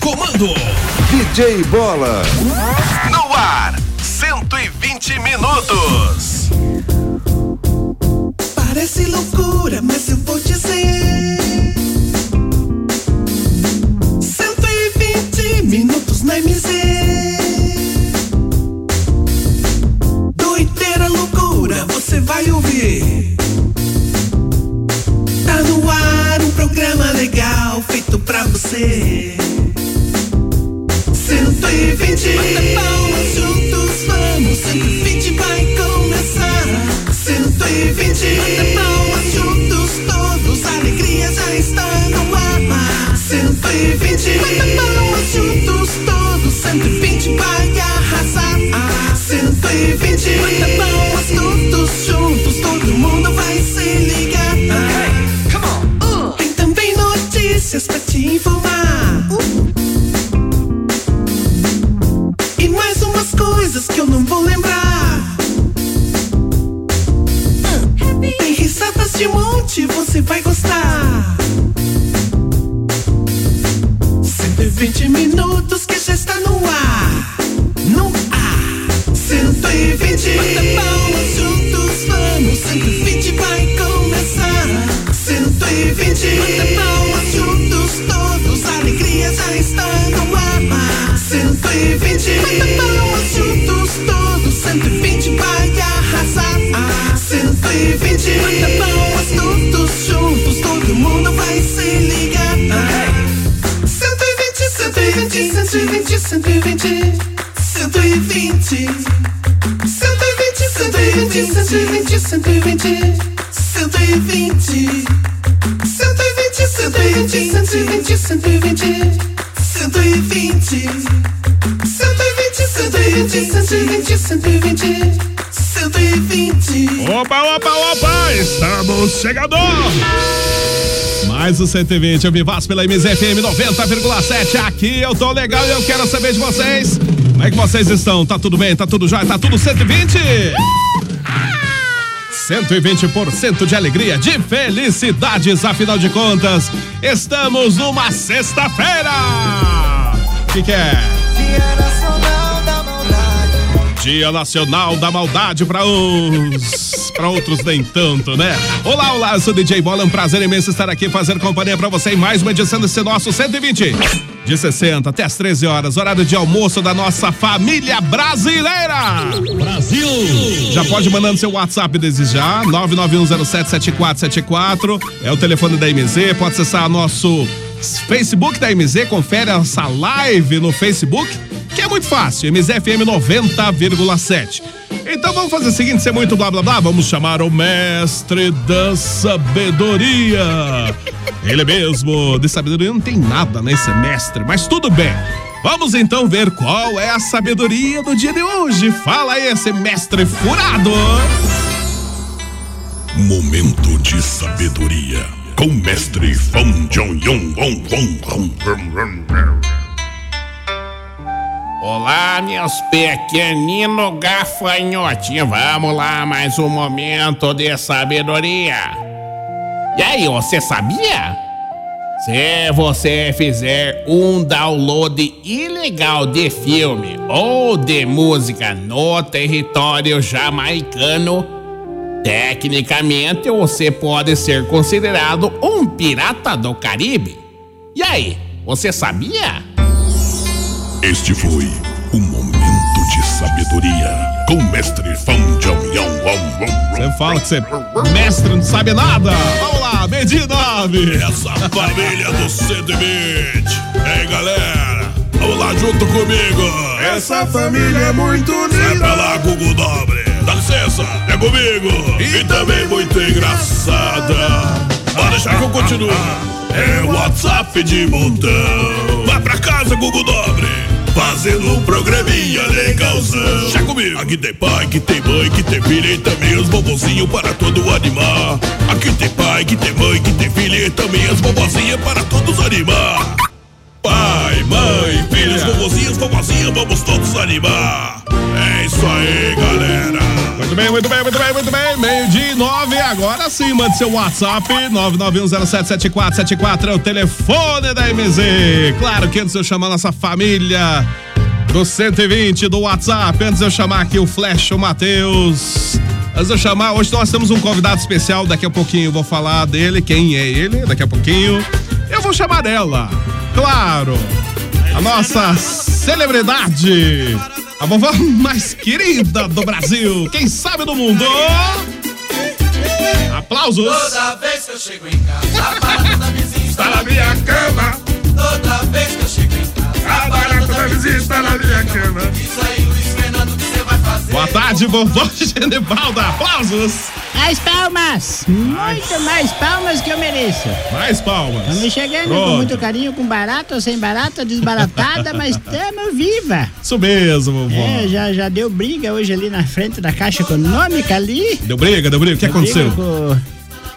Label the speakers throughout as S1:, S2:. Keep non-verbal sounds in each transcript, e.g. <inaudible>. S1: Fernando.
S2: DJ Bola.
S3: No ar, 120 minutos.
S4: Parece loucura, mas eu vou dizer. 120 minutos na MZ. Doideira, loucura, você vai ouvir. Tá no ar um programa legal feito pra você. 120 Bata palmas juntos, vamos é 120 vai começar 120 Bata palmas juntos todos A alegria já está no ar 120 Bata palmas juntos todos é 120 vai arrasar 120 Bata palmas todos juntos Todo mundo vai se ligar Tem também notícias pra te informar e mais umas coisas que eu não vou lembrar. Tem risadas de monte, você vai gostar. 120 minutos que já está no ar. No ar. 120. Bata palmas juntos, vamos. 120 vai começar. 120. Bata palmas juntos todos, a alegria já está no ar. 120. Bata palmas juntos todos, 120 vai arrasar. 120. Bata palmas todos juntos, todo mundo vai se ligar. 120, 120, 120, 120. 120. 120, 120, 120, 120. 120. 120, 120, 120, 120. 120. 120, 120, 120, 120. 120.
S1: Opa, opa, opa! Estamos chegando! Mais um o 120 eu vivaço pela MZFM 90,7. Aqui eu tô legal e eu quero saber de vocês. Como é que vocês estão? Tá tudo bem? Tá tudo jóia? Tá tudo 120? 120% de alegria, de felicidades, afinal de contas, estamos numa sexta-feira! O que, que é?
S5: Dia Nacional da Maldade.
S1: Dia Nacional da Maldade para uns, para outros nem tanto, né? Olá, olá, eu sou DJ Bola, é um prazer imenso estar aqui fazer companhia para você em mais uma edição desse nosso 120. De 60 até as 13 horas, horário de almoço da nossa família brasileira.
S6: Brasil!
S1: Já pode mandando seu WhatsApp desde já, 991077474, é o telefone da MZ, pode acessar nosso Facebook da MZ, confere essa live no Facebook, que é muito fácil, MZFM 90,7. Então vamos fazer o seguinte, sem muito blá blá blá, vamos chamar o mestre da sabedoria. Ele mesmo, de sabedoria não tem nada nesse mestre, mas tudo bem. Vamos então ver qual é a sabedoria do dia de hoje. Fala aí, esse mestre furado!
S7: Momento de sabedoria com mestre Fan Jong Yong Wong Wong Wong Wong Wong Wong.
S8: Olá, meus pequenino gafanhotinho. Vamos lá, mais um momento de sabedoria. E aí, você sabia? Se você fizer um download ilegal de filme ou de música no território jamaicano, tecnicamente você pode ser considerado um pirata do Caribe. E aí, você sabia?
S7: Este foi o momento de sabedoria com mestre Fan Jong Yong Wong Wong
S1: Você
S7: Wong.
S1: fala que você é mestre, não sabe nada. Vamos lá, medir nove.
S7: Essa família do 120. Ei, galera, vamos lá junto comigo.
S2: Essa família é muito
S7: É
S2: unida.
S7: pra lá, Google Dobre. Dá licença, é comigo. E também muito engraçada. Bora deixar que eu continuo.
S2: Ah.
S7: É WhatsApp de montão. Vai pra casa, Google Dobre. Fazendo um programinha legalzão. Chega comigo. Aqui tem pai, que tem mãe, que tem filha e também os bobozinhos para todo animar. Aqui tem pai, que tem mãe, que tem filha e também as bobozinhas para todos animar. Pai, mãe, filhos,
S9: vovozinhos, vovozinha, vamos todos animar. É isso aí, galera.
S1: Muito bem, muito bem, muito bem, muito bem. Meio-dia e nove, agora sim, mande seu WhatsApp. 991077474 é o telefone da MZ. Claro que antes de eu chamar nossa família do 120 do WhatsApp, antes de eu chamar aqui o Flash, o Matheus. Antes de eu chamar, hoje nós temos um convidado especial, daqui a pouquinho eu vou falar dele, quem é ele, daqui a pouquinho. Eu vou chamar ela, claro, a nossa celebridade, a vovó mais querida do Brasil, quem sabe do mundo. Aplausos.
S4: Toda vez que eu chego em casa, a barata da vizinha está na minha
S9: cama.
S4: Toda vez que eu chego em casa, a barata da vizinha está na minha cama. Isso aí, Luiz Fernando, o que você vai fazer?
S1: Boa tarde, vovó <laughs> Genebalda. Aplausos.
S10: Mais palmas! Muito mais palmas que eu mereço.
S1: Mais palmas.
S10: Estamos chegando
S1: Pronto.
S10: com muito carinho, com barata ou sem
S1: <laughs>
S10: barata, desbaratada, mas estamos viva.
S1: Isso mesmo, vovó.
S10: É, já, já deu briga hoje ali na frente da Caixa Econômica ali.
S1: Deu briga, deu briga. O que aconteceu?
S10: Briga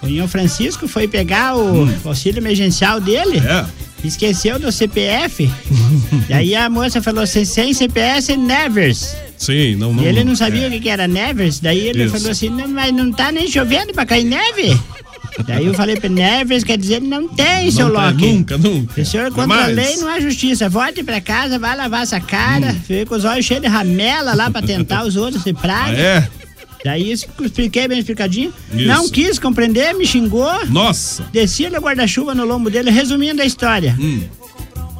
S10: com- O Nhão Francisco foi pegar o auxílio emergencial dele,
S1: Hum. É.
S10: esqueceu do CPF.
S1: <laughs>
S10: e aí a moça falou assim, sem CPF, Nevers.
S1: Sim, não, não.
S10: E ele não sabia
S1: é.
S10: o que que era Nevers, daí ele
S1: Isso.
S10: falou assim, não, mas não tá nem chovendo pra
S1: <laughs>
S10: cair neve? daí eu falei pra ele, Nevers quer dizer não tem, seu
S1: Não,
S10: Loki.
S1: Nunca, nunca.
S10: O senhor contra a
S1: Jamais.
S10: lei não há justiça. Volte pra casa, vai lavar essa cara, fica com os olhos cheios de ramela lá pra tentar os outros se
S1: Hum. Ah,
S10: praga.
S1: é?
S10: Daí expliquei bem explicadinho.
S1: Isso.
S10: Não quis compreender, me xingou.
S1: Nossa. Hum.
S10: Desci no guarda-chuva no lombo dele, resumindo a história.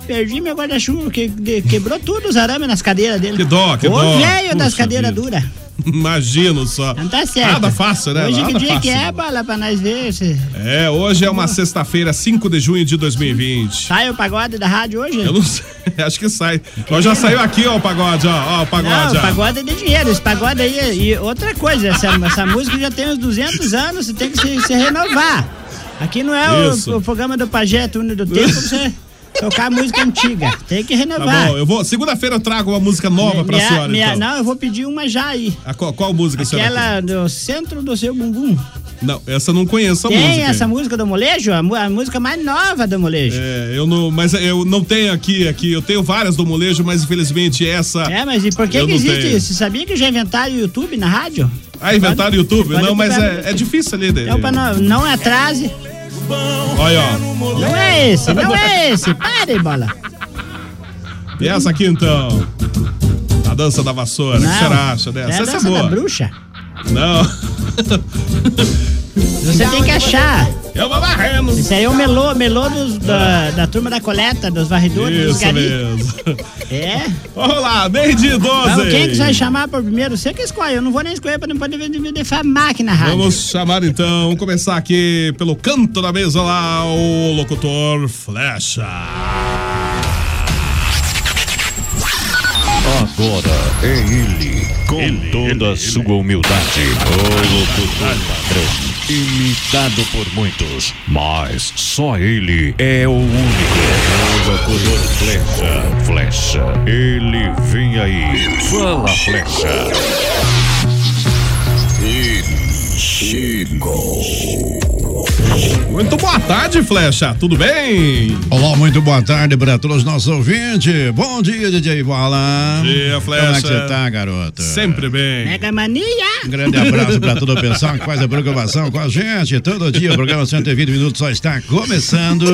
S10: Perdi meu guarda-chuva, que, de- quebrou tudo os arames nas cadeiras dele.
S1: Que dó, que
S10: o
S1: dó.
S10: velho das
S1: Puxa
S10: cadeiras
S1: vida.
S10: duras.
S1: Imagino só.
S10: Não tá certo.
S1: Nada fácil, né?
S10: Hoje
S1: Nada
S10: que dia
S1: fácil.
S10: que é, bola, pra nós ver se
S1: É, hoje é uma sexta-feira, 5 de junho de 2020.
S10: sai o pagode da rádio hoje.
S1: Eu não sei, <laughs> acho que sai. Ó, já saiu aqui, ó, o pagode, ó, ó o pagode,
S10: Não,
S1: ó.
S10: pagode é de dinheiro, esse pagode aí. é- E outra coisa, essa, essa música já tem uns 200 anos, você tem que se, se renovar. Aqui não é
S1: Isso.
S10: o, o programa do Pajé, turno do tempo, pra
S1: <laughs>
S10: você tocar música antiga. Tem que
S1: Tá
S10: renovar.
S1: bom, eu vou. Segunda-feira eu trago uma música nova pra
S10: Minha-
S1: senhora,
S10: minha-
S1: então.
S10: Não, eu vou pedir uma já aí.
S1: Ah, qual, qual música a senhora
S10: Aquela do centro do seu bumbum.
S1: quer? Não, essa eu não conheço a
S10: Tem
S1: música.
S10: essa música do molejo? A, mu- a música mais nova do molejo.
S1: É, eu não, mas eu não tenho aqui, aqui. Eu tenho várias do molejo, mas infelizmente essa.
S10: É, mas e por que,
S1: Eu
S10: que
S1: não
S10: existe
S1: tenho.
S10: isso? Você sabia que já inventaram o YouTube na rádio?
S1: Ah, inventaram o YouTube?
S10: pode
S1: Não, mas
S10: procurar.
S1: é, é difícil ali. dele.
S10: Então, pra não, não atrase.
S1: Olha, ó.
S10: Não é esse, não é esse. Pare, bola.
S1: E essa aqui então? A dança da vassoura. O que
S10: Não.
S1: você acha
S10: É
S1: dessa?
S10: a
S1: essa é
S10: dança da
S1: boa.
S10: bruxa.
S1: Não.
S10: Você tem que achar.
S1: Eu vou varrendo.
S10: Isso aí é o melô, melô dos- da, da turma da coleta, dos varredores, dos
S1: Isso
S10: garis.
S1: mesmo.
S10: É.
S1: Vamos lá, meio de 12.
S10: Então, quem que você vai chamar por primeiro? Você que escolhe. Eu não vou nem escolher pra não poder me- me defamar aqui na rádio.
S1: Vamos chamar então, vamos começar aqui pelo canto da mesa lá, o locutor Flecha.
S6: Agora é ele, com toda a sua humildade, o locutor padrão, imitado por muitos, mas só ele é o único. O locutor Flecha, Flecha, ele vem aí, fala Flecha.
S1: Muito boa tarde, Flecha, tudo bem?
S11: Olá, muito boa tarde para todos os nossos ouvintes. Bom dia, DJ Bola.
S1: Bom dia,
S11: Como é que
S1: Flecha.
S11: você tá, garoto?
S1: Sempre bem.
S10: Mega mania!
S11: Um grande abraço para todo o
S10: <laughs>
S11: pessoal que faz a programação com a gente. Todo dia o programa 120 Minutos só está começando.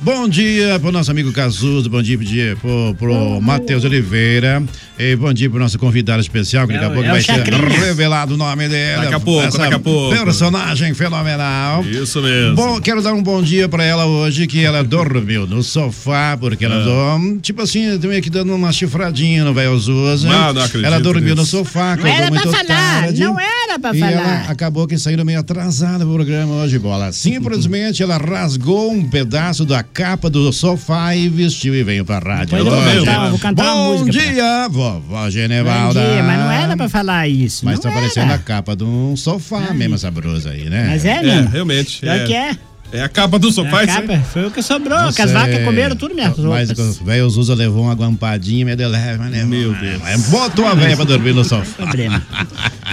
S11: Bom dia pro nosso amigo Cazuza, bom dia pro- pro, pro Matheus Oliveira. E bom dia pro nosso convidado especial, que daqui
S10: É
S11: a
S10: o-
S11: pouco
S10: é o
S11: vai ser
S10: Chacrinha.
S11: revelado o nome dele.
S1: Daqui a pouco,
S11: Essa
S1: daqui a pouco.
S11: Personagem fenomenal.
S1: Isso mesmo.
S11: Bom, quero dar um bom dia pra ela hoje, que ela dormiu no sofá, porque
S1: É.
S11: ela dorme, tipo assim, meio que dando uma chifradinha no velho Zuza.
S1: Ah, Não, não acredito
S11: Ela dormiu no
S1: nisso.
S11: sofá,
S10: Não era
S11: acordou muito
S10: pra falar,
S11: tarde.
S10: não era pra
S11: e
S10: falar.
S11: ela acabou que saindo meio atrasada pro programa hoje, bola. Simplesmente ela rasgou um pedaço da capa do sofá e vestiu e veio pra rádio.
S10: Pois eu vou
S11: Hoje.
S10: cantar- eu vou cantar uma
S11: bom
S10: música pra ela.
S11: dia, vovó
S10: Bom
S11: Genevalda.
S10: dia, mas não era pra falar isso.
S11: Mas
S10: não
S11: tá
S10: era.
S11: parecendo a capa de um sofá mesmo, essa brusa aí, né?
S10: Mas é,
S1: É,
S10: mesmo.
S1: realmente.
S10: Pior que é.
S1: É a capa do sofá.
S10: A
S1: isso aí.
S10: capa foi o que sobrou, que as
S11: sei.
S10: vacas comeram tudo minhas
S11: Mas
S10: roupas.
S11: o velho Zuza levou uma guampadinha, meu Deus, leve, né, Ah, mas levou.
S1: Meu
S11: <laughs>
S1: Deus.
S11: Mas Botou a velha pra dormir no sofá.
S10: Problema.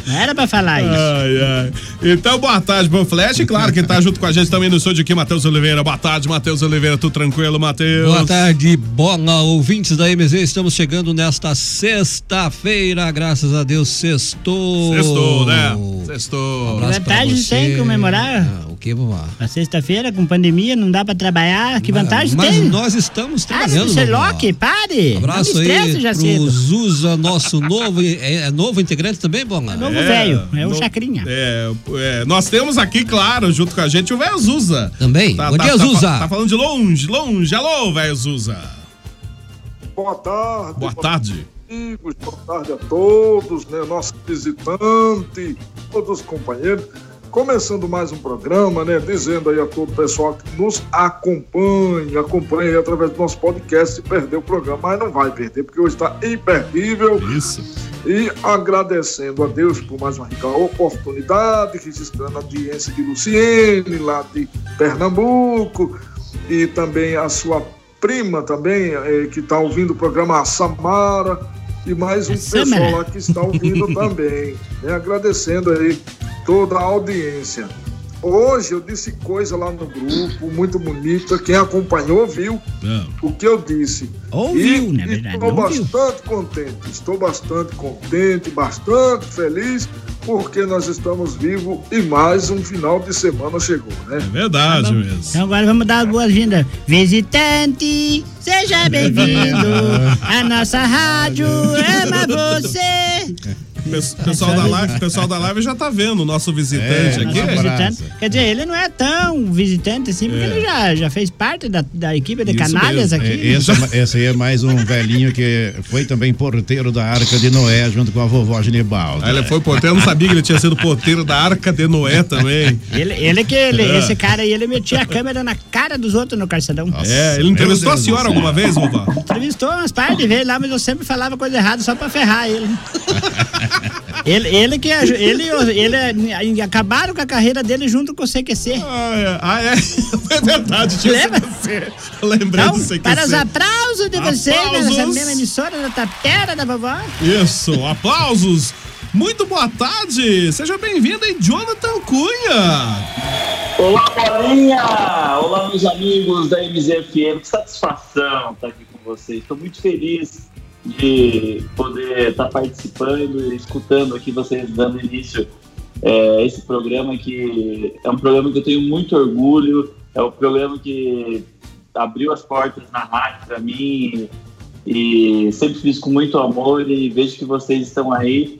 S10: Não era pra
S1: Ah,
S10: falar isso.
S1: Ai, ai. Então, boa tarde, bom Flash. E claro, quem tá junto com a gente também no estúdio aqui, Matheus Oliveira. Boa tarde, Matheus Oliveira. Tudo tranquilo, Matheus?
S12: Boa tarde, bola, ouvintes da MZ. Estamos chegando nesta sexta-feira, graças a Deus, sextou.
S1: Sextou, né? Sextou.
S12: abraço pra
S10: Vantagem
S12: você.
S10: tem comemorar?
S12: O que, vovó?
S10: Na sexta-feira, com pandemia, não dá pra trabalhar. Que vantagem
S12: mas
S10: tem?
S12: nós estamos
S10: Ah,
S12: trabalhando,
S10: você
S12: vovó.
S10: Loki, pare.
S12: Abraço
S10: não
S12: aí
S10: me É, tá estresse,
S12: pro
S10: Jacinto.
S12: Zuza, nosso novo, é, é novo integrante também, Bola?
S10: Novo velho, é o Chacrinha.
S12: <laughs>
S1: É, é, nós temos aqui, claro, junto com a gente, o velho Zuza.
S12: Também? Bom dia, Zuza.
S1: Tá, falando de longe, longe. Alô, velho Zuza.
S13: Boa tarde.
S1: Boa tarde.
S13: amigos, boa tarde a todos, né? Nosso visitante, todos os companheiros. Começando mais um programa, né? Dizendo aí a todo o pessoal que nos acompanha, acompanha aí através do nosso podcast se perder o programa, mas não vai perder, porque hoje está imperdível.
S1: Isso.
S13: E agradecendo a Deus por mais uma rica oportunidade, registrando a é audiência de Luciene, lá de Pernambuco, e também a sua prima também, eh, que está ouvindo o programa, a Samara, e mais um pessoal
S10: Samara.
S13: lá que está ouvindo também. né? Agradecendo aí toda a audiência. Hoje eu disse coisa lá no grupo, muito bonita. Quem acompanhou viu o que eu disse.
S10: Ouviu,
S13: e,
S10: na verdade,
S13: Estou
S10: ouviu.
S13: bastante contente, estou bastante contente, bastante feliz, porque nós estamos vivos e mais um final de semana chegou, né? É
S1: verdade mesmo.
S10: Então agora vamos dar as boas-vindas. Visitante,
S12: <laughs>
S10: seja bem-vindo à nossa rádio.
S12: <laughs>
S10: Ama você.
S1: O pessoal da live, o pessoal da live já tá vendo o nosso visitante
S10: É,
S1: aqui.
S10: nosso visitante. Quer dizer, ele não é tão visitante assim, porque
S11: É.
S10: ele já, já fez parte da, da equipe de canalhas
S11: mesmo.
S10: aqui. né?
S11: É, Esse, é- esse aí é mais um velhinho que foi também porteiro da Arca de Noé junto com a vovó Genibaldo.
S1: Aí ele foi porteiro, eu não sabia que ele tinha sido porteiro da Arca de Noé também.
S10: Ele, ele
S12: <laughs>
S10: que ele,
S1: É.
S10: esse cara aí, ele metia a câmera na cara dos outros no carcerão.
S1: É, ele entrevistou a senhora alguma vez, vovó?
S10: Entrevistou umas par de vezes lá, mas eu sempre falava coisa errada só pra ferrar ele. ele, ele que aju- ele, ele acabaram com a carreira dele junto com o CQC.
S1: Ah, é, é verdade, tinha
S10: Lembra?
S1: Eu <laughs> lembrei
S10: Então,
S1: do CQC.
S10: para os aplausos de vocês, né?
S1: Aplausos.
S10: nessa mesma emissora da tapera da vovó.
S1: Isso, aplausos. Muito boa tarde, seja bem-vindo aí, Jonathan Cunha.
S14: Olá, Bolinha! Ah, Olá, meus amigos da MZFM. Que satisfação estar aqui com vocês. Estou muito feliz de poder estar participando e escutando aqui vocês dando início é, a esse programa que é um programa que eu tenho muito orgulho. É o programa que abriu as portas na rádio para mim e sempre fiz com muito amor e vejo que vocês estão aí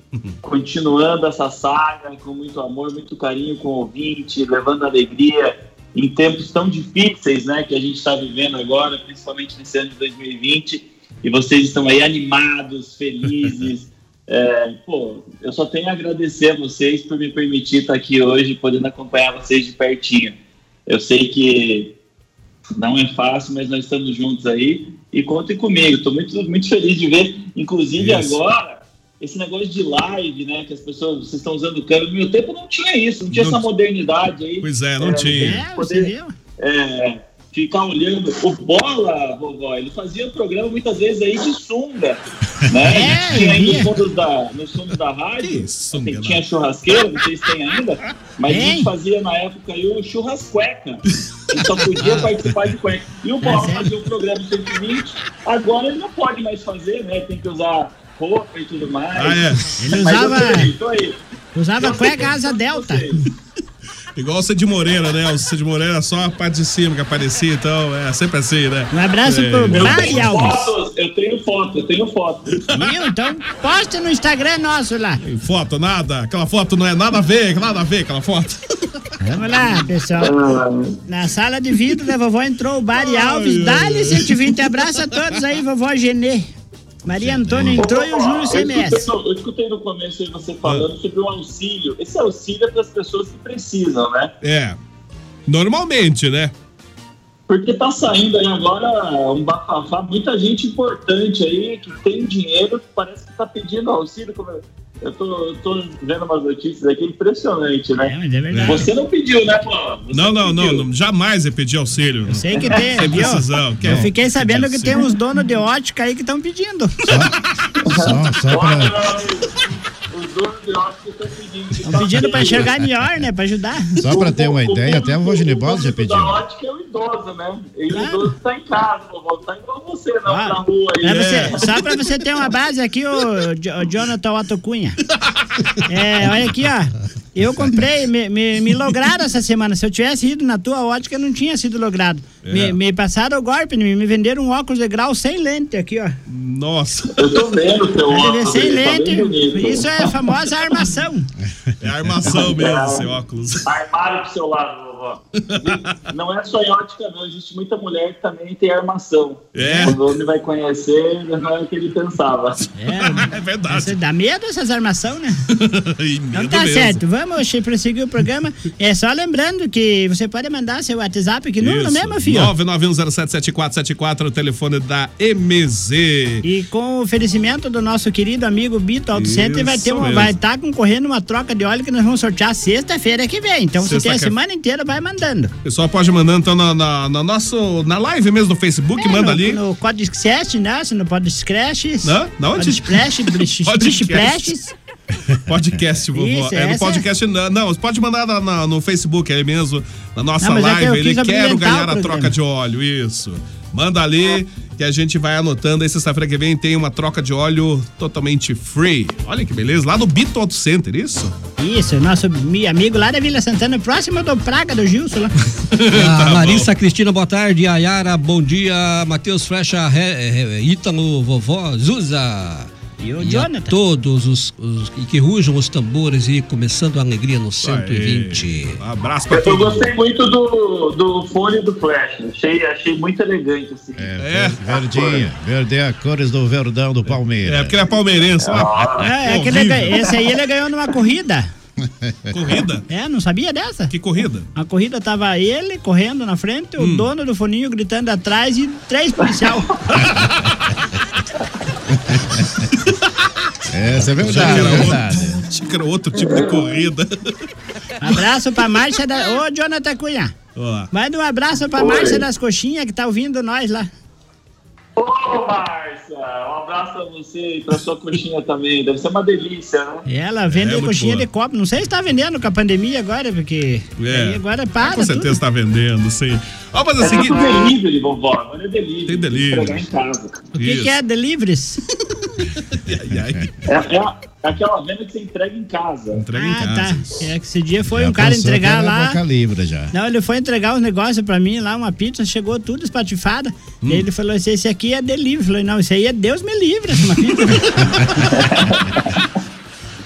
S14: continuando essa saga com muito amor, muito carinho com o ouvinte, levando alegria em tempos tão difíceis, né, que a gente está vivendo agora, principalmente nesse ano de 2020. E vocês estão aí animados, felizes. É, pô, eu só tenho a agradecer a vocês por me permitir estar aqui hoje, podendo acompanhar vocês de pertinho. Eu sei que não é fácil, mas nós estamos juntos aí. E contem comigo, estou muito, muito feliz de ver, inclusive
S15: Isso.
S14: agora, esse negócio de live, né? Que as pessoas vocês estão usando câmera. No meu tempo não tinha isso, não tinha
S1: Não
S14: essa
S1: ti-
S14: modernidade aí.
S1: Pois é, não tinha.
S14: de
S1: É,
S14: poder, é, ficar olhando. O Bola, vovó, ele fazia programa muitas vezes aí de sunga. Né? A
S10: É,
S14: gente tinha aí nos fundos da, nos fundos da rádio. assim, tinha churrasqueira, vocês têm ainda, mas a gente fazia na época aí o churrascueca. Ele só
S10: <laughs> Ah.
S14: podia participar de cueca. E o
S10: é.
S14: Bola fazia o programa 120, agora ele não pode mais fazer, né? Tem que usar roupa e tudo mais.
S1: Ah, é. Ele
S14: Mas eu
S1: usava-
S14: tô feliz, tô aí.
S10: Usava cueca asa delta.
S1: Igual o Cid Moreira, né? O Cid Moreira só a parte de cima que aparecia, então é sempre assim, né?
S10: Um abraço
S1: é,
S10: pro
S1: meu-
S10: Mari Alves.
S14: Fotos, eu tenho foto, eu tenho foto.
S10: Viu? Então posta no Instagram nosso lá.
S1: Foto, nada. Aquela foto não é nada a ver, nada a ver aquela foto.
S10: Vamos lá, É pessoal. Na sala de vidro da vovó entrou o Bari Alves.
S1: ai,
S10: Dá-lhe
S1: ai.
S10: 120. Abraço a todos aí, vovó Genê. Maria Antônia
S1: Uhum.
S10: entrou e o Júlio
S14: Eu
S10: CMS.
S14: escutei, no, eu escutei no começo aí você falando
S1: Ah.
S14: sobre o auxílio. Esse auxílio é para as pessoas que precisam, né?
S1: É. Normalmente, né?
S14: Porque tá saindo aí agora um bafafá, muita gente importante aí que tem dinheiro, que parece que tá pedindo auxílio. como eu- Eu tô, eu tô vendo umas notícias aqui, impressionante, né?
S10: É, mas é verdade.
S14: Você não pediu, né, Paulo?
S1: Não, não, não, não, Jamais é pedir auxílio. Eu
S10: Sei que tem,
S1: Sem
S10: viu?
S1: precisão. é um quer-
S10: Eu fiquei sabendo que
S1: Sim.
S10: tem uns donos de ótica aí que estão pedindo.
S11: Só, só pra,
S14: Os vendedor de óculos estão pedindo.
S10: Estão pedindo pra enxergar melhor, né? Pra ajudar.
S11: Só pra ter uma ideia, até a Vogine Bola já
S14: O da
S11: pediu.
S14: ótica é o idoso, né? Ele idoso tá em casa, não vou tá igual você, não,
S10: Ah,
S14: na rua aí.
S10: pra
S1: É.
S10: você- só pra você ter uma base aqui, o, Jo- o Jonathan Otto Cunha. É, olha aqui, ó. Eu comprei, me, me, me lograram essa semana. Se eu tivesse ido na tua ótica, não tinha sido logrado. Me,
S1: É.
S10: me passaram o golpe, me, me venderam um óculos de grau sem lente aqui, ó.
S1: Nossa.
S14: Eu tô vendo teu
S10: óculos, sem ele tá lente. bem bonito. Isso é a
S11: <laughs>
S10: famosa armação.
S1: É armação mesmo esse óculos.
S14: Armário pro seu lado, vovó. Não é só em ótica, não. Existe muita mulher que também tem armação.
S1: É.
S14: Quando o homem vai conhecer, não é o que ele pensava.
S10: <laughs>
S1: É verdade.
S10: Você dá medo essas armações, né? Então
S14: medo
S10: tá
S14: mesmo.
S10: certo, vamos che- prosseguir o programa. É só lembrando que você pode mandar seu WhatsApp, que número
S1: Isso.
S10: é mesmo, filho?
S1: 991077474, é o telefone da MZ.
S10: E com o oferecimento do nosso querido amigo Bito Auto Center, vai
S1: Isso
S10: estar
S1: mesmo.
S10: vai tá concorrendo uma troca de óleo que nós vamos sortear sexta-feira que vem. Então você tem a
S1: Sexta-feira.
S10: semana inteira, vai mandando.
S1: O pessoal pode mandar então na, na, na nosso, na live mesmo do Facebook,
S10: É,
S1: manda
S10: no,
S1: ali.
S10: No Código Scratch, né? Se não pode Scratch.
S1: Hã? Na onde? <laughs>
S10: Splash, Brish,
S1: Podcast.
S10: Splash.
S1: Podcast, vovó.
S10: Isso,
S1: é no
S10: essa-
S1: podcast, não. Não, você pode mandar na- na- no Facebook aí mesmo, na nossa
S10: Não, mas é que eu
S1: live.
S10: quis
S1: Ele quer
S10: abrilhantar
S1: ganhar
S10: o
S1: a troca
S10: programa.
S1: de óleo, isso. Manda ali que a gente vai anotando. Aí sexta-feira que vem tem uma troca de óleo totalmente free. Olha que beleza, lá no Bito Auto Center, isso?
S10: Isso, nosso mi- amigo lá da Vila Santana, próximo do Praga, do Gilson lá.
S1: <laughs> Tá
S12: A Ah, Larissa Cristina, boa tarde. Ayara, bom dia. Matheus Flecha, Re- Re- Ítalo, vovó, Zuza.
S10: E o
S12: a todos os, os- e que rujam os tambores e começando a alegria no 120.
S1: abraço
S12: pra
S14: Eu
S12: todo
S14: gostei muito do, do fone do Flash. Achei, achei muito elegante, assim.
S11: É. Verdinha, verde é a cores do verdão do Palmeiras.
S1: É, porque ele é palmeirense, né?
S10: É, é que ele ganha- esse aí ele ganhou numa corrida.
S1: <laughs> Corrida?
S10: É, não sabia dessa?
S1: Que corrida? Hum.
S10: A corrida tava ele correndo na frente, o dono do foninho gritando atrás e três
S1: <laughs>
S10: policial.
S11: Essa é
S1: Achei
S11: verdade,
S1: que
S11: é
S1: era
S11: verdade.
S1: outro- Achei <laughs> que era outro tipo de corrida. <laughs>
S10: abraço pra Márcia da. Ô, Jonathan Cunha.
S1: Ó.
S10: Manda um abraço pra
S1: Oi.
S10: Márcia das Coxinhas que tá ouvindo nós lá.
S14: Ô, Márcia, um abraço a você e pra sua coxinha também. Deve ser uma delícia, né?
S10: E
S1: É,
S10: Ela vende
S14: muito
S10: coxinha
S14: boa.
S10: de copo. Não sei se tá vendendo com a pandemia agora, porque.
S1: É.
S10: aí agora para.
S1: Com certeza
S10: tudo.
S1: está vendendo, sim. Ó, mas é o
S10: É
S1: seguinte.
S10: tudo delivery, né?
S14: vovó. Agora é delivery.
S1: Tem delivery.
S10: O que, que é deliveries?
S14: É, é- é aquela venda que você entrega em casa.
S1: Entrega
S10: ah, tá. É que esse dia foi
S11: Já
S10: um cara
S11: pensou que
S10: entregar
S11: era
S10: lá.
S11: Boca Tá Livre já.
S10: Não, ele foi entregar os negócios pra mim lá, uma pizza, chegou tudo espatifada. E ele falou assim: esse aqui é delivery. Eu falei, não, isso aí é Deus me livre, essa pizza.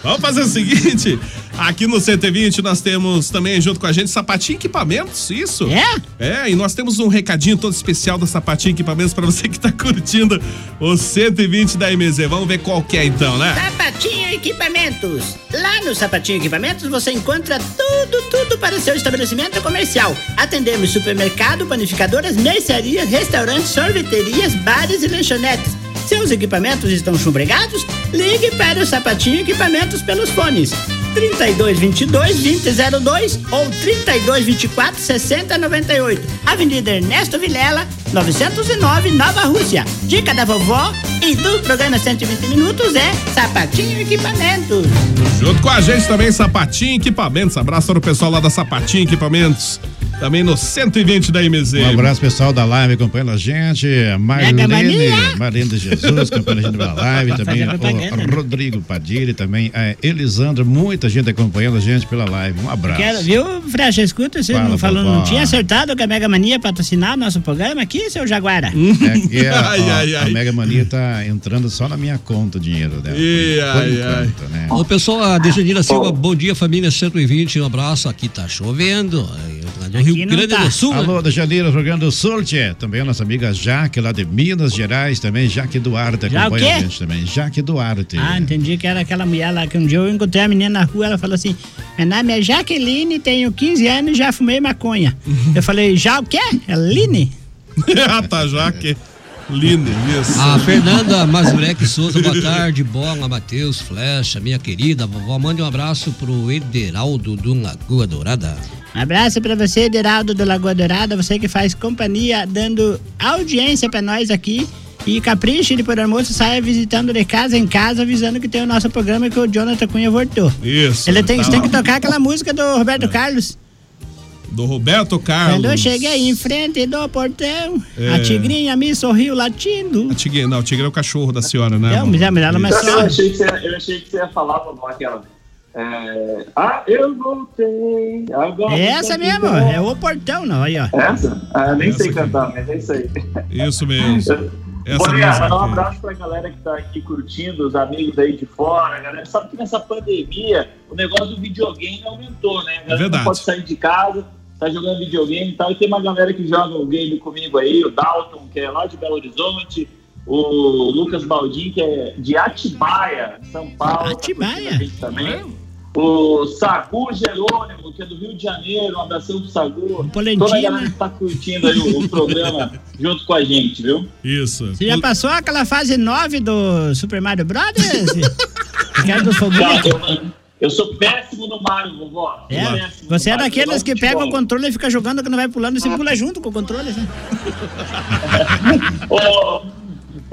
S1: Vamos fazer o seguinte: aqui no 120 nós temos também junto com a gente Sapatinho Equipamentos, isso?
S10: É?
S1: É, e nós temos um recadinho todo especial da Sapatinho Equipamentos para você que tá curtindo o 120 da MZ. Vamos ver qual que é então, né?
S10: Sapatinho Equipamentos. Lá no Sapatinho Equipamentos você encontra tudo, tudo para o seu estabelecimento comercial. Atendemos supermercado, panificadoras, mercearias, restaurantes, sorveterias, bares e lanchonetes. Seus equipamentos estão chumbregados? Ligue para o Sapatinho Equipamentos pelos fones 3222-2002 ou 3224-6098. Avenida Ernesto Vilela, 909, Nova Rússia. Dica da vovó e do programa 120 Minutos é Sapatinho Equipamentos.
S1: Junto com a gente também Sapatinho Equipamentos. Abraço para o pessoal lá da Sapatinho Equipamentos. Também no 120 da MZ.
S11: Um abraço pessoal da live acompanhando a gente, Marlene,
S1: Mania.
S11: Marlene de Jesus, acompanhando a gente pela live, também
S1: Fazendo propaganda.
S10: né?
S11: o Rodrigo Padilha, também a Elisandra, muita gente acompanhando a gente pela live, um abraço.
S10: Quero, viu, Frecha? Escuta, você
S11: Fala,
S10: não falou,
S11: vovó.
S10: não tinha acertado que a Mega Mania patrocinar nosso programa aqui, seu Jaguara?
S11: É que a,
S1: <laughs> Ai,
S11: ó,
S1: ai,
S11: a Mega Mania tá entrando só na minha conta o dinheiro dela.
S1: Ih,
S11: por
S1: ai,
S11: enquanto, né?
S12: Ô, pessoal, a Dejanira Silva, bom dia, família 120. Um abraço. Aqui tá chovendo. Lá No Rio Grande
S10: tá.
S12: do Sul. né?
S11: Alô, da Janira, Rio Grande do Sul, tchê. Também a nossa amiga Jaque, lá de Minas Gerais, também Jaque Duarte
S10: Já o
S11: acompanha a
S10: quê?
S11: gente também. Jaque Duarte.
S10: Ah, entendi que era aquela mulher lá que um dia eu encontrei a menina na rua, ela falou assim: Meu nome é Jaqueline, tenho 15 anos e já
S1: <laughs>
S10: fumei maconha. eu falei, já o quê? É Line?
S1: <laughs> ah, tá, já que. Lindo, isso.
S12: A Fernanda Masbrec Souza, boa tarde, bola, Matheus, Flecha, minha querida vovó. Mande um abraço pro Ederaldo do Lagoa Dourada.
S10: Um abraço pra você, Deraldo do Lagoa Dourada, você que faz companhia, dando audiência pra nós aqui. E capriche de por almoço saia visitando de casa em casa, avisando que tem o nosso programa e que o Jonathan Cunha voltou.
S1: Isso.
S10: Ele tem,
S1: tá É.
S10: tem
S1: lá.
S10: que tocar aquela música do Roberto Carlos.
S1: Do Roberto Carlos.
S10: Quando eu cheguei em frente do portão,
S1: Ah, É.
S10: a tigrinha me sorriu latindo.
S1: A tigre, não, o tigre é o cachorro da senhora, né?
S10: Não, mas é, mas ela não é
S1: Isso.
S10: só-
S14: Eu achei que você, eu achei que você ia falar, vovó, aquela. é, ah, eu voltei. Agora tá
S10: É essa
S14: eu
S10: mesmo,
S14: voltei.
S10: é o portão, não, aí ó.
S14: Essa? Ah, eu nem
S10: Essa
S14: sei
S10: aqui.
S14: cantar, mas é isso aí.
S1: Isso mesmo. Essa
S14: Bolear,
S1: música
S14: mandar um
S1: aqui.
S14: abraço pra galera que tá aqui curtindo, os amigos aí de fora. A galera sabe que nessa pandemia o negócio do videogame aumentou, né? A galera
S1: É Verdade.
S14: não pode sair de casa, tá jogando videogame e tal. E tem uma galera que joga o game comigo aí, o Dalton, que é lá de Belo Horizonte, o Lucas Baldin, que é de Atibaia, São Paulo. tá Atibaia? também. O Sagu Jerônimo, que é do Rio de Janeiro, um abração pro Sagu. Toda a galera que tá curtindo aí o,
S1: <laughs>
S14: o programa junto com a gente, viu?
S1: Isso.
S10: Você já passou aquela fase 9 do Super
S14: <laughs>
S10: Mario Brothers? Quer do fogo?
S14: eu, eu sou péssimo no Mario, vovó.
S10: É, você é daqueles que pegam o controle e fica jogando que não vai pulando, você pula junto com o controle. Né?
S14: <laughs> Ô,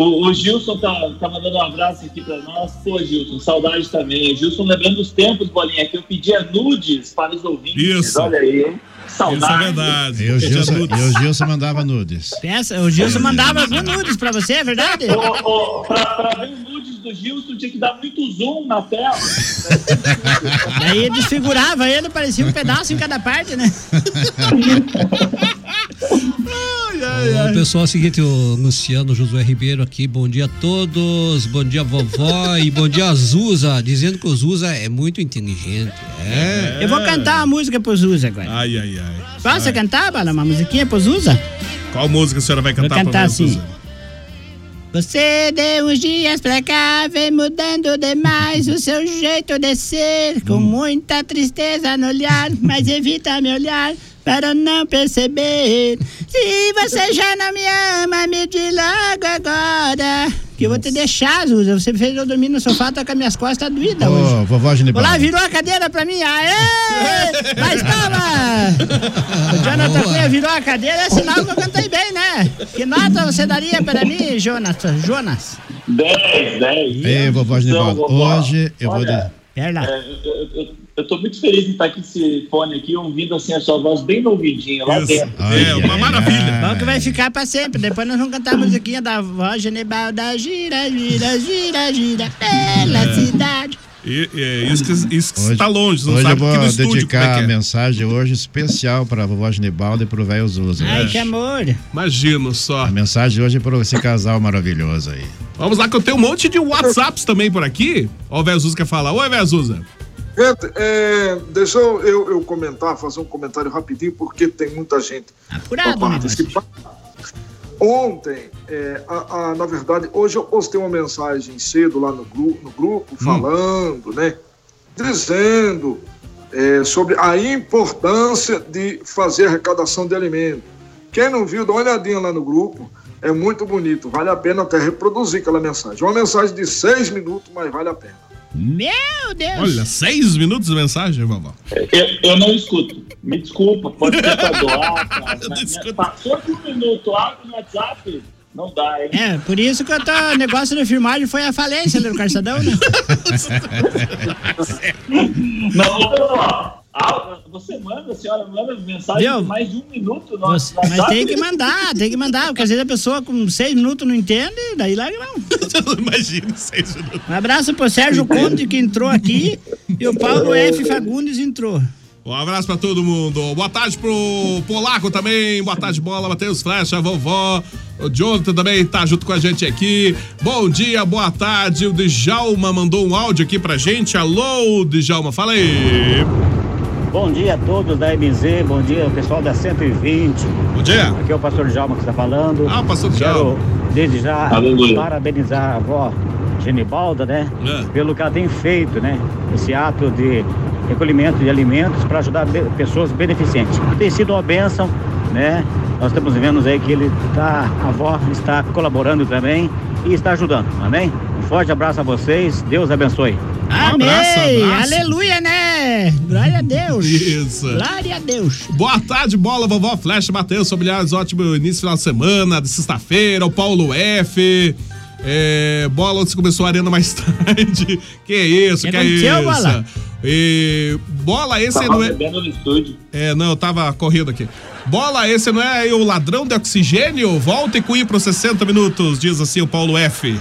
S14: O, o Gilson tá, tá mandando um abraço aqui pra nós. Pô, Gilson, saudade também. Gilson, lembrando os tempos, bolinha, que eu pedia nudes para os ouvintes.
S11: Isso.
S14: Olha aí, hein? Saudade.
S11: E o Gilson, e o Gilson mandava nudes.
S10: Peça, o Gilson mandava as nudes pra você, é verdade?
S14: Ô, ô, pra, pra ver os nudes do Gilson, tinha que dar muito zoom na tela.
S10: <laughs> Daí desfigurava ele, parecia um pedaço em cada
S14: <laughs>
S10: parte, né?
S12: Ô, pessoal, é o seguinte, o Luciano Josué Ribeiro aqui, bom dia a todos, bom dia vovó e bom dia Zuza, dizendo que o Zuza é muito inteligente. É.
S10: Eu vou cantar uma música pro Zuza agora.
S1: Ai, ai, ai.
S10: Posso cantar, Bala, uma musiquinha pro Zuza?
S1: Qual música a senhora vai cantar
S10: Vou cantar
S1: pra nós,
S10: assim.
S1: Suzy?
S10: Você deu uns dias pra cá, vem mudando demais o seu jeito de ser. Com muita tristeza no olhar, mas evita me olhar para não perceber. Se você já não me ama, me diz logo agora. Que eu vou te deixar, Zuza. Você fez eu dormir no sofá, tá com as minhas costas doídas hoje.
S11: Ô, vovó Ginebra.
S10: Olá, virou a cadeira pra mim. Aê!
S11: <laughs>
S10: Mas toma! O Jonathan Cunha virou a cadeira, é sinal que eu cantei bem, né? Que nota você daria para mim, Jonathan? Jonas?
S14: 10, 10.
S11: Ei, vovó Genivaldo, hoje eu vou
S14: Olha,
S10: Perla.
S14: é, eu, eu- eu- eu tô muito feliz em estar com esse fone aqui, ouvindo assim a sua voz bem no ouvidinho lá dentro.
S1: É, uma maravilha.
S10: Bom que vai ficar pra sempre. Depois nós vamos cantar a musiquinha da voz Genebalda. Gira, gira, gira, gira pela
S1: É.
S10: cidade.
S1: E- é, isso que, isso que está longe, não
S11: Hoje eu
S1: sabe
S11: vou
S1: aqui no estúdio como
S11: dedicar
S1: é
S11: a
S1: que é.
S11: mensagem hoje especial para a vovó Genibalda e para o velho Zuza.
S1: Ai,
S11: né?
S1: que
S10: amor.
S1: Imagino só.
S11: A mensagem hoje é para esse casal maravilhoso aí.
S1: Vamos lá que eu tenho um monte de WhatsApps também por aqui. Ó, o Vezuza quer falar. Oi, Vezuza.
S13: Gente, é, deixa eu, eu- eu comentar, fazer um comentário rapidinho, porque tem muita gente
S10: apurado,
S13: pra participar. Ontem, é, a- a- na verdade, hoje eu postei uma mensagem cedo lá no, gru- no grupo, falando, né? Dizendo é, sobre a importância de fazer arrecadação de alimento. Quem não viu, dá uma olhadinha lá no grupo. É muito bonito, vale a pena até reproduzir aquela mensagem. Uma mensagem de seis minutos, mas vale a pena.
S10: Meu Deus!
S1: Olha, seis minutos de mensagem, vovó.
S14: Eu, eu não escuto. Me desculpa, pode ser pra doar. pra- na- minha- né? Passou de um minuto, abre no WhatsApp, não dá, hein?
S10: É, por isso que eu tô, o negócio da filmagem foi a falência do Carçadão,
S1: <laughs>
S10: né?
S14: <laughs> Não, ô, vovó, ah, você manda, a senhora manda mensagem
S10: Viu?
S14: de mais de um minuto no
S10: Você-
S14: WhatsApp.
S10: Mas tem que mandar, tem que mandar, porque às vezes a pessoa com seis minutos não entende, daí larga não.
S1: <laughs> Imagina seis minutos.
S10: Um abraço pro Sérgio Conde que entrou aqui e
S1: <laughs>
S10: o Paulo F. Fagundes entrou.
S1: É. Um abraço pra todo mundo. Boa tarde pro Polaco também. Boa tarde, bola. Matheus Flecha, vovó. O Jonathan também tá junto com a gente aqui. Bom dia, boa tarde. O Djalma mandou um áudio aqui pra gente. Alô, Djalma, fala aí.
S10: é-
S16: Bom dia a todos da MZ, bom dia pessoal da 120.
S1: Bom dia.
S16: Aqui é o pastor Djalma que está falando.
S1: Ah, pastor
S16: Djalma. desde já
S1: Aleluia.
S16: parabenizar a avó Genibalda, né?
S1: É.
S16: Pelo que ela tem feito, né? Esse ato de recolhimento de alimentos para ajudar be- pessoas beneficentes. Tem sido uma bênção, né? Nós estamos vendo aí que ele tá, a avó está colaborando também e está ajudando, amém? Um forte abraço a vocês, Deus abençoe.
S10: Amém!
S1: abraço, abraço.
S10: Aleluia, né? Glória a Deus!
S1: Isso.
S10: Glória a Deus!
S1: Boa tarde, bola, vovó Flash, Matheus, familiares, ótimo início, final de semana, de sexta-feira, o Paulo F. É, bola, onde se começou a arena mais <laughs> tarde. Que isso, que,
S10: Que
S1: é
S10: aconteceu,
S1: isso.
S10: Bola?
S1: E, bola, esse
S14: Tava
S1: não é.
S14: bebendo no estúdio.
S1: É, não, eu tava correndo aqui. Bola, esse não é aí o ladrão de oxigênio? Volta e cuir para 60 minutos, diz assim o Paulo F.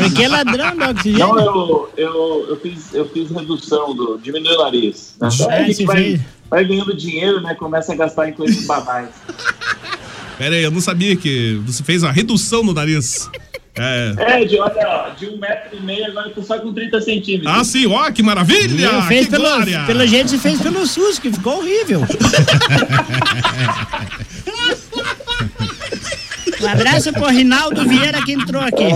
S10: Porque ladrão do oxigênio.
S14: Não, eu, eu, eu, fiz, eu fiz redução, do, diminui o nariz. Né?
S1: Ah,
S14: Aí a gente
S1: se
S14: vai,
S1: fez.
S14: vai ganhando dinheiro, né? Começa a gastar em coisas banais.
S1: <laughs> <laughs> Pera aí, eu não sabia que você fez uma redução no nariz. É.
S14: É, de, olha, ó, de um metro e meio, agora eu tô só com 30 centímetros.
S1: Ah, sim, ó, que maravilha!
S10: Não, fez
S1: que
S10: pelo,
S1: glória!
S10: pelo jeito você fez pelo SUS, que ficou horrível. um abraço pro Rinaldo Vieira que entrou aqui.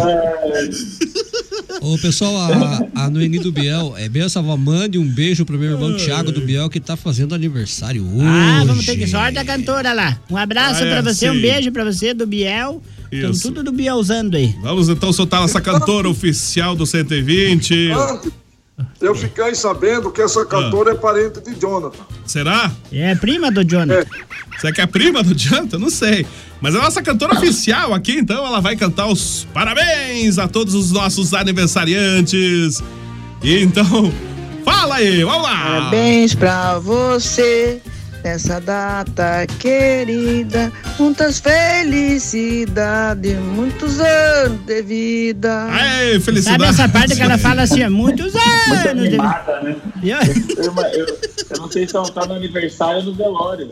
S12: Ô, pessoal, a, a Noeni do Biel, é bem essa avó, mande um beijo pro meu irmão Thiago do Biel que tá fazendo aniversário hoje.
S10: Ah, vamos ter que sorte da cantora lá. Um abraço
S1: Ah, é,
S10: pra você,
S1: sim.
S10: um beijo pra você do Biel. Então
S1: Isso.
S10: tudo do Biel usando aí.
S1: Vamos então soltar essa cantora oficial do 120.
S13: Antes, eu fiquei sabendo que essa cantora é parente de Jonathan.
S1: Será?
S10: É prima do Jonathan.
S1: Será que é prima do Jonathan? Não sei. Mas a nossa cantora oficial aqui, então, ela vai cantar os parabéns a todos os nossos aniversariantes. E então, fala aí, é vamos lá!
S17: Parabéns pra você nessa data querida. Muitas felicidades, muitos anos de vida.
S1: Aê,
S10: Sabe essa parte que ela fala assim, há muitos
S14: Muito
S10: anos. de-
S14: animada, né?
S10: Eu,
S14: eu, eu não sei se ela tá no aniversário ou no velório.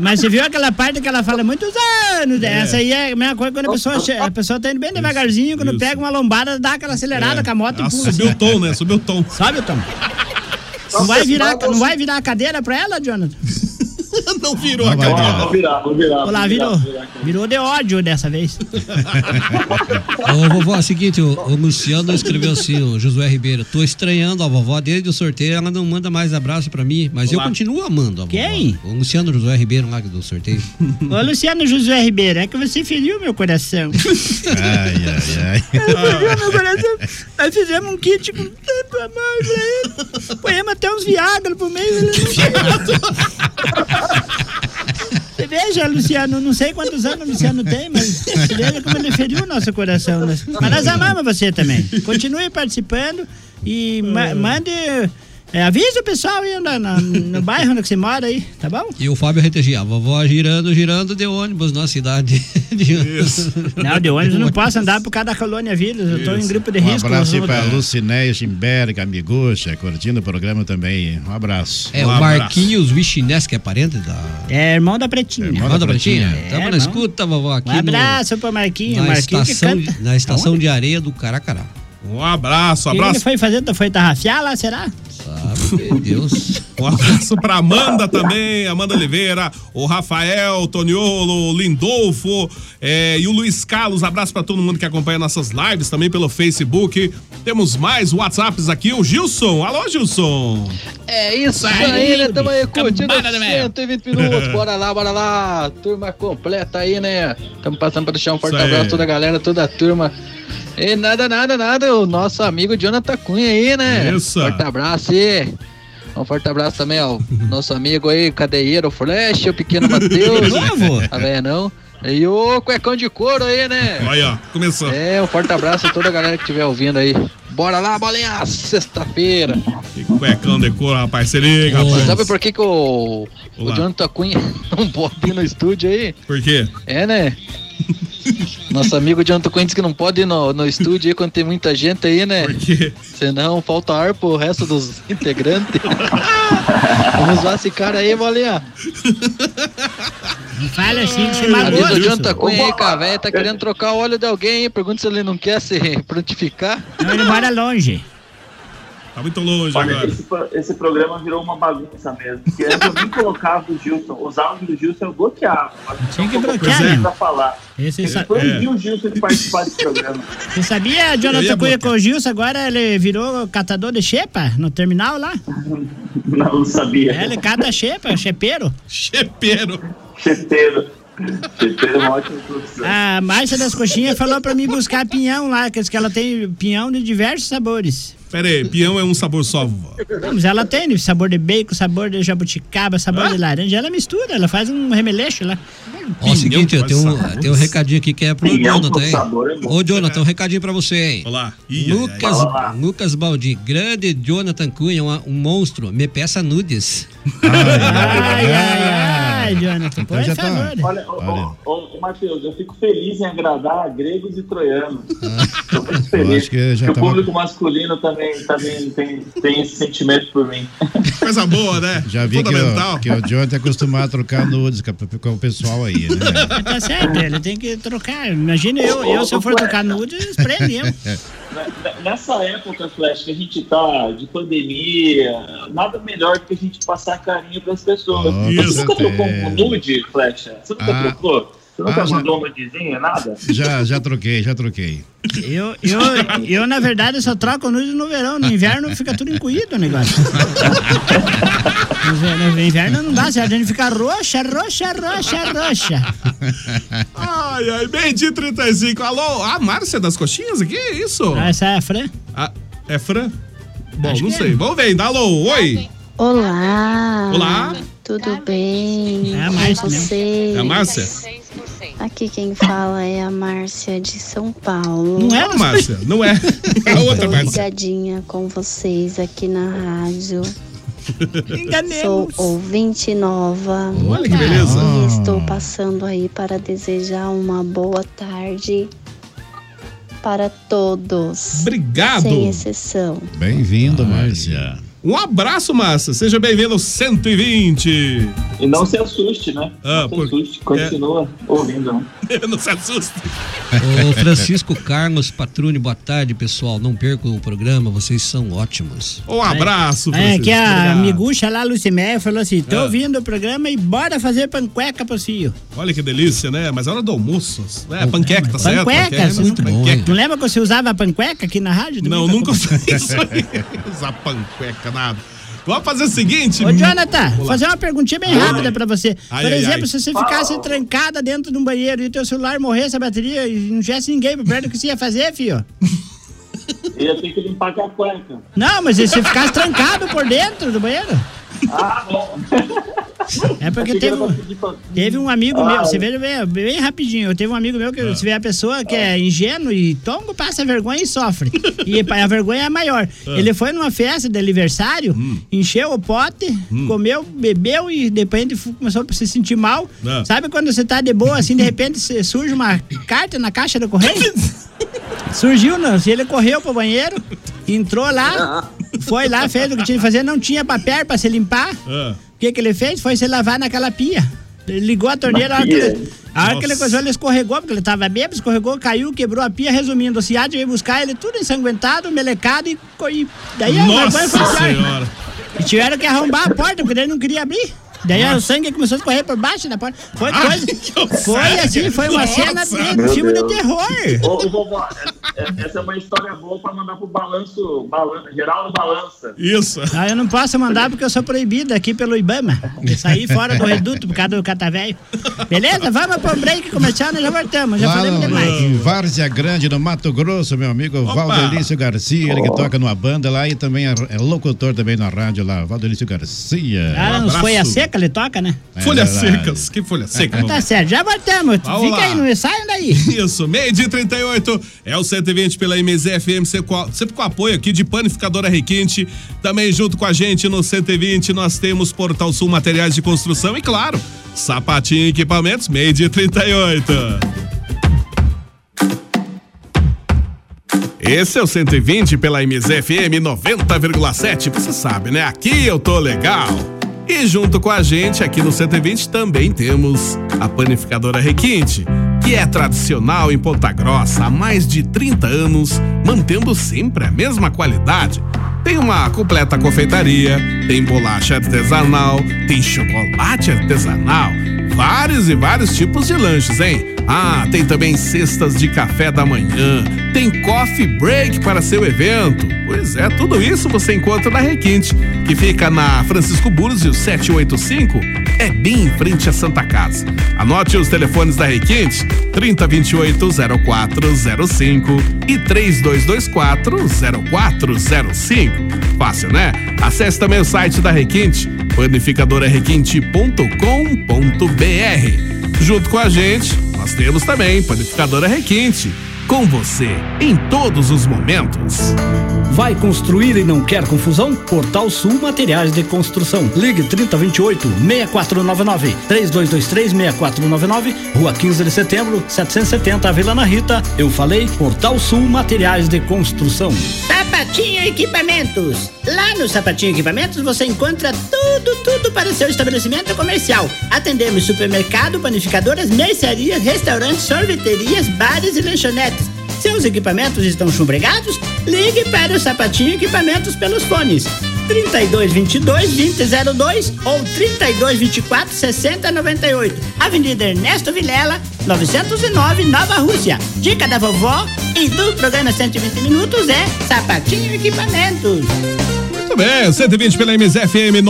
S10: Mas você viu aquela parte que ela fala muitos anos?
S14: É.
S10: Essa aí é a mesma coisa quando a pessoa, che- a pessoa tá indo bem devagarzinho, quando pega uma lombada, dá aquela acelerada
S1: É.
S10: com a moto
S1: Ela
S10: e pula.
S1: subiu o tom, né? Subiu o tom.
S10: Sabe o tom? Não vai, virar, não vai virar a cadeira pra ela, Jonathan?
S1: <laughs> não virou
S14: a cadeira. Vou virar, vou virar.
S10: Olha lá,
S14: vou virar,
S10: virou.
S14: vou virar.
S10: Virou de ódio dessa vez.
S12: Ô, vovó, é o seguinte, o, o Luciano escreveu assim, o Josué Ribeiro, tô estranhando a vovó desde o sorteio, ela não manda mais abraço pra mim, mas eu
S10: Olá.
S12: continuo amando a vovó.
S10: Quem?
S12: O Luciano Josué Ribeiro, lá do sorteio.
S10: Ô, Luciano Josué Ribeiro, é que você feriu meu coração.
S12: <laughs> ai, ai,
S10: feriu meu coração. Nós fizemos um kit com tanto amor pra ele. Põemos até uns Viagra pro meio. Ele não Você veja, Luciano, não sei quantos anos o Luciano tem, mas você veja como ele feriu o nosso coração. né? Mas nós amamos você também. Continue participando e ma- mande. É, avisa o pessoal aí na- na- no bairro onde que você mora aí, tá bom?
S12: E o Fábio RTG, a vovó girando, girando de ônibus na cidade. De Isso.
S10: Não, de ônibus eu
S12: <laughs>
S10: não posso andar por causa da colônia vírus. <laughs> Eu tô em grupo de
S11: Um
S10: risco.
S11: abraço aí
S10: eu
S11: pra
S10: sou-
S11: Lucinéia Schimberg, amiguxa, curtindo o programa também. Um abraço.
S12: É,
S11: Um
S12: o
S11: abraço.
S12: Marquinhos Wichinés, que é parente da...
S10: É, irmão da Pretinha.
S12: Irmão da Pretinha.
S10: É,
S12: Tava na
S10: irmão.
S12: escuta, vovó, aqui
S10: Um
S12: no-
S10: abraço pro Marquinho.
S12: na
S10: Marquinho
S12: estação,
S10: que canta.
S12: na estação de areia do Caracará.
S1: Um abraço,
S10: O
S1: um
S10: que ele
S1: abraço.
S10: foi fazer? Foi tarrafiar lá, será?
S12: Meu Deus.
S1: Um abraço pra Amanda também, Amanda Oliveira, o Rafael, o Toniolo, o Lindolfo eh, e o Luiz Carlos. Abraço pra todo mundo que acompanha nossas lives também pelo Facebook. Temos mais WhatsApps aqui, o Gilson. Alô, Gilson.
S18: É isso aí,
S1: Saúde.
S18: né? Tamo aí curtindo
S1: Cambada do meu.
S18: 120 minutos. Bora lá, bora lá. Turma completa aí, né? Tamo passando pra deixar um forte
S19: Isso aí.
S18: abraço a toda a galera, toda a turma. E nada, nada, nada. O nosso amigo Jonathan Cunha aí, né?
S19: Isso.
S18: Forte abraço aí. Um forte abraço também ao nosso amigo aí, cadeieiro Flash, o pequeno Matheus.
S12: Novo?
S18: Tá vendo, não? E o cuecão de couro aí, né?
S1: Olha, ó, começou.
S18: É, um forte abraço a toda a galera que estiver ouvindo aí. Bora lá, bolinha, sexta-feira.
S1: Cuecão decor, rapaz. Se liga,
S18: Você
S1: rapaz.
S18: sabe por que, que o, o
S1: Olá.
S18: Jonathan Cunha <laughs> não pode ir no estúdio aí?
S1: Por quê?
S18: É, <laughs> né? Nosso amigo Jonathan Cunha disse que não pode ir no, no estúdio aí quando tem muita gente aí, né? Por
S1: quê?
S18: Senão falta ar pro resto dos <laughs> integrantes. Vamos lá esse cara aí, bolinha.
S10: Não fala assim, que você
S18: Avisa
S10: magoa.
S18: o Jonathan Cunha aí,
S10: Opa.
S18: cara, velho. Tá querendo trocar o óleo de alguém aí. Pergunta se ele não quer se <laughs> prontificar.
S10: Não, ele mora longe.
S1: Tá muito longe
S18: Olha,
S1: agora.
S14: Esse, pro- esse programa virou uma bagunça mesmo. Porque antes eu nem colocava o Gilson, os áudios do Gilson eu bloqueava. Tinha que
S10: bloquear, né?
S14: Pra falar.
S10: Esse
S14: Ele
S10: sa-
S14: proibiu o Gilson de participar desse programa. <laughs>
S10: Você sabia,
S14: Eu ia
S10: Jonathan Cunha
S14: botar.
S10: com o Gilson, agora ele virou catador de xepa no terminal lá?
S14: Não sabia.
S10: É, ele cata xepa, xepeiro.
S1: Chepeiro.
S14: Chepeiro. Você fez uma ótima introdução.
S10: A Márcia das Coxinhas falou pra mim buscar pinhão lá, que diz que ela tem pinhão de diversos sabores.
S1: Pera aí, peão é um sabor só.
S10: Não, Mas ela tem né, sabor de bacon, sabor de jabuticaba, sabor de laranja. Ela mistura, ela faz um remeleixo lá.
S12: Ó, o seguinte, eu tenho, um, tem um recadinho aqui que é pro
S10: Pinhão com
S12: Jonathan, hein?
S10: sabor é bom.
S12: Ô, Jonathan, um recadinho pra você, hein?
S1: Olá.
S12: Lucas,
S1: Fala lá.
S12: Lucas Baldi, grande Jonathan Cunha, um, um monstro, me peça nudes.
S10: Ai, ai, ai, Jonathan. Pô,
S12: Então já
S10: é
S12: tá.
S10: favor.
S14: Olha, ô, ô, ô, Matheus, eu fico feliz em agradar gregos e troianos.
S10: Ah.
S14: Eu fico feliz.
S11: acho que já
S14: o
S11: tá uma-
S14: público masculino também, também tem, tem esse sentimento por mim.
S1: Coisa boa, né?
S11: Já vi que,
S14: Fundamental.
S11: o- que o John tá acostumado a trocar nudes com a- com o pessoal aí, né?
S10: Mas Tá certo, ele tem que trocar. Imagina eu, eu se eu for trocar nude, eles prendem
S12: <laughs>
S10: eu.
S14: Ne- Nessa época, Flash, que a gente tá de pandemia, nada melhor do que a gente passar carinho pras pessoas.
S11: Ah, com
S14: Você nunca
S11: certeza.
S14: trocou um nude, Flash? Você nunca
S11: Ah.
S14: trocou? Você nunca
S11: Ah, já-
S14: mandou uma dizinha, nada?
S11: Já, já troquei, já troquei.
S10: Eu, eu, eu, na verdade, só troco nude no verão. No inverno fica tudo encolhido o
S12: <laughs>
S10: negócio. No ver- No inverno não dá certo, a gente fica roxa, roxa, roxa, roxa.
S1: Ai, ai, meio-dia e 35. Alô, a Márcia das Coxinhas aqui? É isso?
S10: Ah, essa é a Fran?
S1: é Fran? Bom,
S10: Acho
S1: não
S10: que
S1: sei.
S10: é.
S1: Vamos ver ainda. Alô, oi.
S20: Olá!
S1: Olá.
S20: Tudo bem?
S1: É a
S20: Com
S1: Márcia, né?
S20: vocês?
S1: É a Márcia?
S20: Aqui quem fala é a Márcia de São Paulo.
S1: Não é a Márcia, não é. É a outra
S20: Tô
S1: Márcia.
S20: Ligadinha com vocês aqui na rádio. Sou
S10: Enganemos.
S20: ouvinte nova.
S1: Olha que beleza.
S20: E estou passando aí para desejar uma boa tarde para todos.
S1: Obrigado.
S20: Sem exceção.
S11: Bem-vindo, Márcia.
S1: Um abraço, Márcia. Seja bem-vindo ao 120. E
S14: não se assuste, né?
S1: Ah, por...
S10: é-
S14: Continua ouvindo,
S10: <laughs>
S14: né?
S1: não se assuste.
S12: Ô, Francisco Carlos Patrune, boa tarde, pessoal. Não percam o programa, vocês são ótimos.
S1: Um abraço,
S10: É,
S12: Francisco.
S10: aqui a
S12: Obrigado.
S10: amigucha lá, Lucimé, falou assim: tô
S1: Ah.
S10: ouvindo o programa e bora fazer panqueca pro Cio.
S1: Olha que delícia, né? Mas é hora do almoço. É, panqueca, tá certo?
S10: Panquecas?
S1: Panqueca, panqueca.
S10: Tu lembra que você usava panqueca aqui na rádio?
S1: Não, nunca <laughs> usei isso
S10: aí.
S1: aí. Usar panqueca, nada. Vamos fazer o seguinte. hum,
S10: Ô, Jonathan,
S1: Vamos
S10: vou
S1: lá.
S10: fazer uma perguntinha bem
S1: Ai.
S10: rápida pra você.
S1: Ai,
S10: Por
S1: ai,
S10: exemplo,
S1: ai.
S10: se você ficasse trancada dentro de um banheiro e o teu celular morresse a bateria e não tivesse ninguém por perto, o que você ia fazer, filho?
S14: Ia ter que limpar com a cueca.
S10: Não, mas se você ficasse trancado por dentro do banheiro?
S14: Ah, bom.
S10: É porque
S14: Achei que
S10: teve,
S14: era pra
S10: um-
S14: pedir pra-
S10: teve um amigo
S14: Ah,
S10: meu, você
S14: é.
S10: veja bem, bem rapidinho, eu teve um amigo meu que você vê a pessoa que é ingênuo e tongo, passa vergonha e sofre.
S14: <laughs>
S10: e a vergonha é maior.
S14: Ah. Hum.
S10: Ele foi numa festa de aniversário, encheu o pote, comeu, bebeu e de repente fu- começou a se sentir mal.
S14: Ah.
S10: Sabe quando você tá de boa, assim, de repente cê- surge uma carta na caixa do
S14: <laughs>
S10: correio? Surgiu, não. Ele correu pro banheiro, entrou lá, foi lá, fez o que tinha que fazer, não tinha papel pra se limpar.
S1: Ah.
S10: O que, que ele fez? Foi se lavar naquela pia. Ele ligou a torneira, a hora que ele, a hora que ele
S14: Nossa.
S10: coisou, ele escorregou, porque ele tava bêbado, escorregou, caiu, quebrou a pia, resumindo, o Ciad veio buscar ele tudo ensanguentado, melecado e. co- e daí a vergonha foi pro
S1: Nossa
S10: ar.
S1: senhora.
S10: E tiveram que arrombar a porta, porque ele não queria abrir. Daí o
S1: Nossa. Ah,
S10: sangue começou a escorrer por baixo da porta. Foi
S14: Ai,
S11: Ah,
S10: coisa.
S14: que
S10: Foi
S14: sangue.
S10: assim, foi uma cena de
S14: Meu
S10: filme de
S14: Deus.
S10: terror.
S14: Ô, ô, vovó, é- é- essa é uma história boa pra mandar pro balanço, balan, Geraldo Balança.
S1: Isso.
S10: Ah, eu não posso mandar porque eu sou proibido aqui pelo Ibama. Eu saí fora do reduto por causa do catavéio. Beleza? Vamos pro break comercial, nós já voltamos. <laughs> Já
S11: Lá
S10: falamos
S11: no-
S10: demais.
S11: em Várzea Grande, no Mato Grosso, meu amigo Valdelício Garcia, ele que toca numa banda lá e também é, é locutor também na rádio lá, Valdelício
S1: É,
S11: Garcia.
S10: Ah, uns folha seca ele toca, né?
S11: É
S1: Folhas
S11: verdade.
S1: secas. Que folha um seca,
S10: Tá certo, já voltamos.
S1: Vamos
S10: Fica
S1: lá.
S10: aí, não saiam daí.
S1: <laughs> Isso, meio dia 38 é o 120 pela MZFM, sempre com- sempre com apoio aqui de Panificadora Requinte. Também junto com a gente no 120 nós temos Portal Sul Materiais de Construção e, claro, Sapatinho e Equipamentos, meio dia 38. Esse é o 120 pela MZFM 90,7. Você sabe, né? Aqui eu tô legal. E junto com a gente aqui no 120 também temos a panificadora Requinte, que é tradicional em Ponta Grossa há mais de 30 anos, mantendo sempre a mesma qualidade. Tem uma completa confeitaria, tem bolacha artesanal, tem chocolate artesanal, vários e vários tipos de lanches, hein? Ah, tem também cestas de café da manhã, tem coffee break para seu evento. Pois é, tudo isso você encontra na Requinte, que fica na Francisco Búzios 785, é bem em frente à Santa Casa. Anote os telefones da Requinte: 3028-0405 e 3224-0405. Fácil, né? Acesse também o site da Requinte, panificadorarequinte.com.br. Junto com a gente, nós temos também Panificadora Requinte. Com você em todos os momentos.
S16: Vai construir e não quer confusão? Portal Sul Materiais de Construção. Ligue 3028 6499 3223 6499 Rua 15 de Setembro 770 Vila Ana Rita. Eu falei Portal Sul Materiais de Construção.
S6: Sapatinho Equipamentos. Lá no Sapatinho Equipamentos você encontra tudo, tudo para o seu estabelecimento comercial. Atendemos supermercado, panificadoras, mercearias, restaurantes, sorveterias, bares e lanchonetes. Seus equipamentos estão chumbregados? Ligue para o Sapatinho Equipamentos pelos fones 3222 2002 ou 3224 6098. Avenida Ernesto Vilela, 909, Nova Rússia. Dica da vovó e do programa 120 Minutos é Sapatinho Equipamentos.
S1: Muito bem, 120 pela MZFM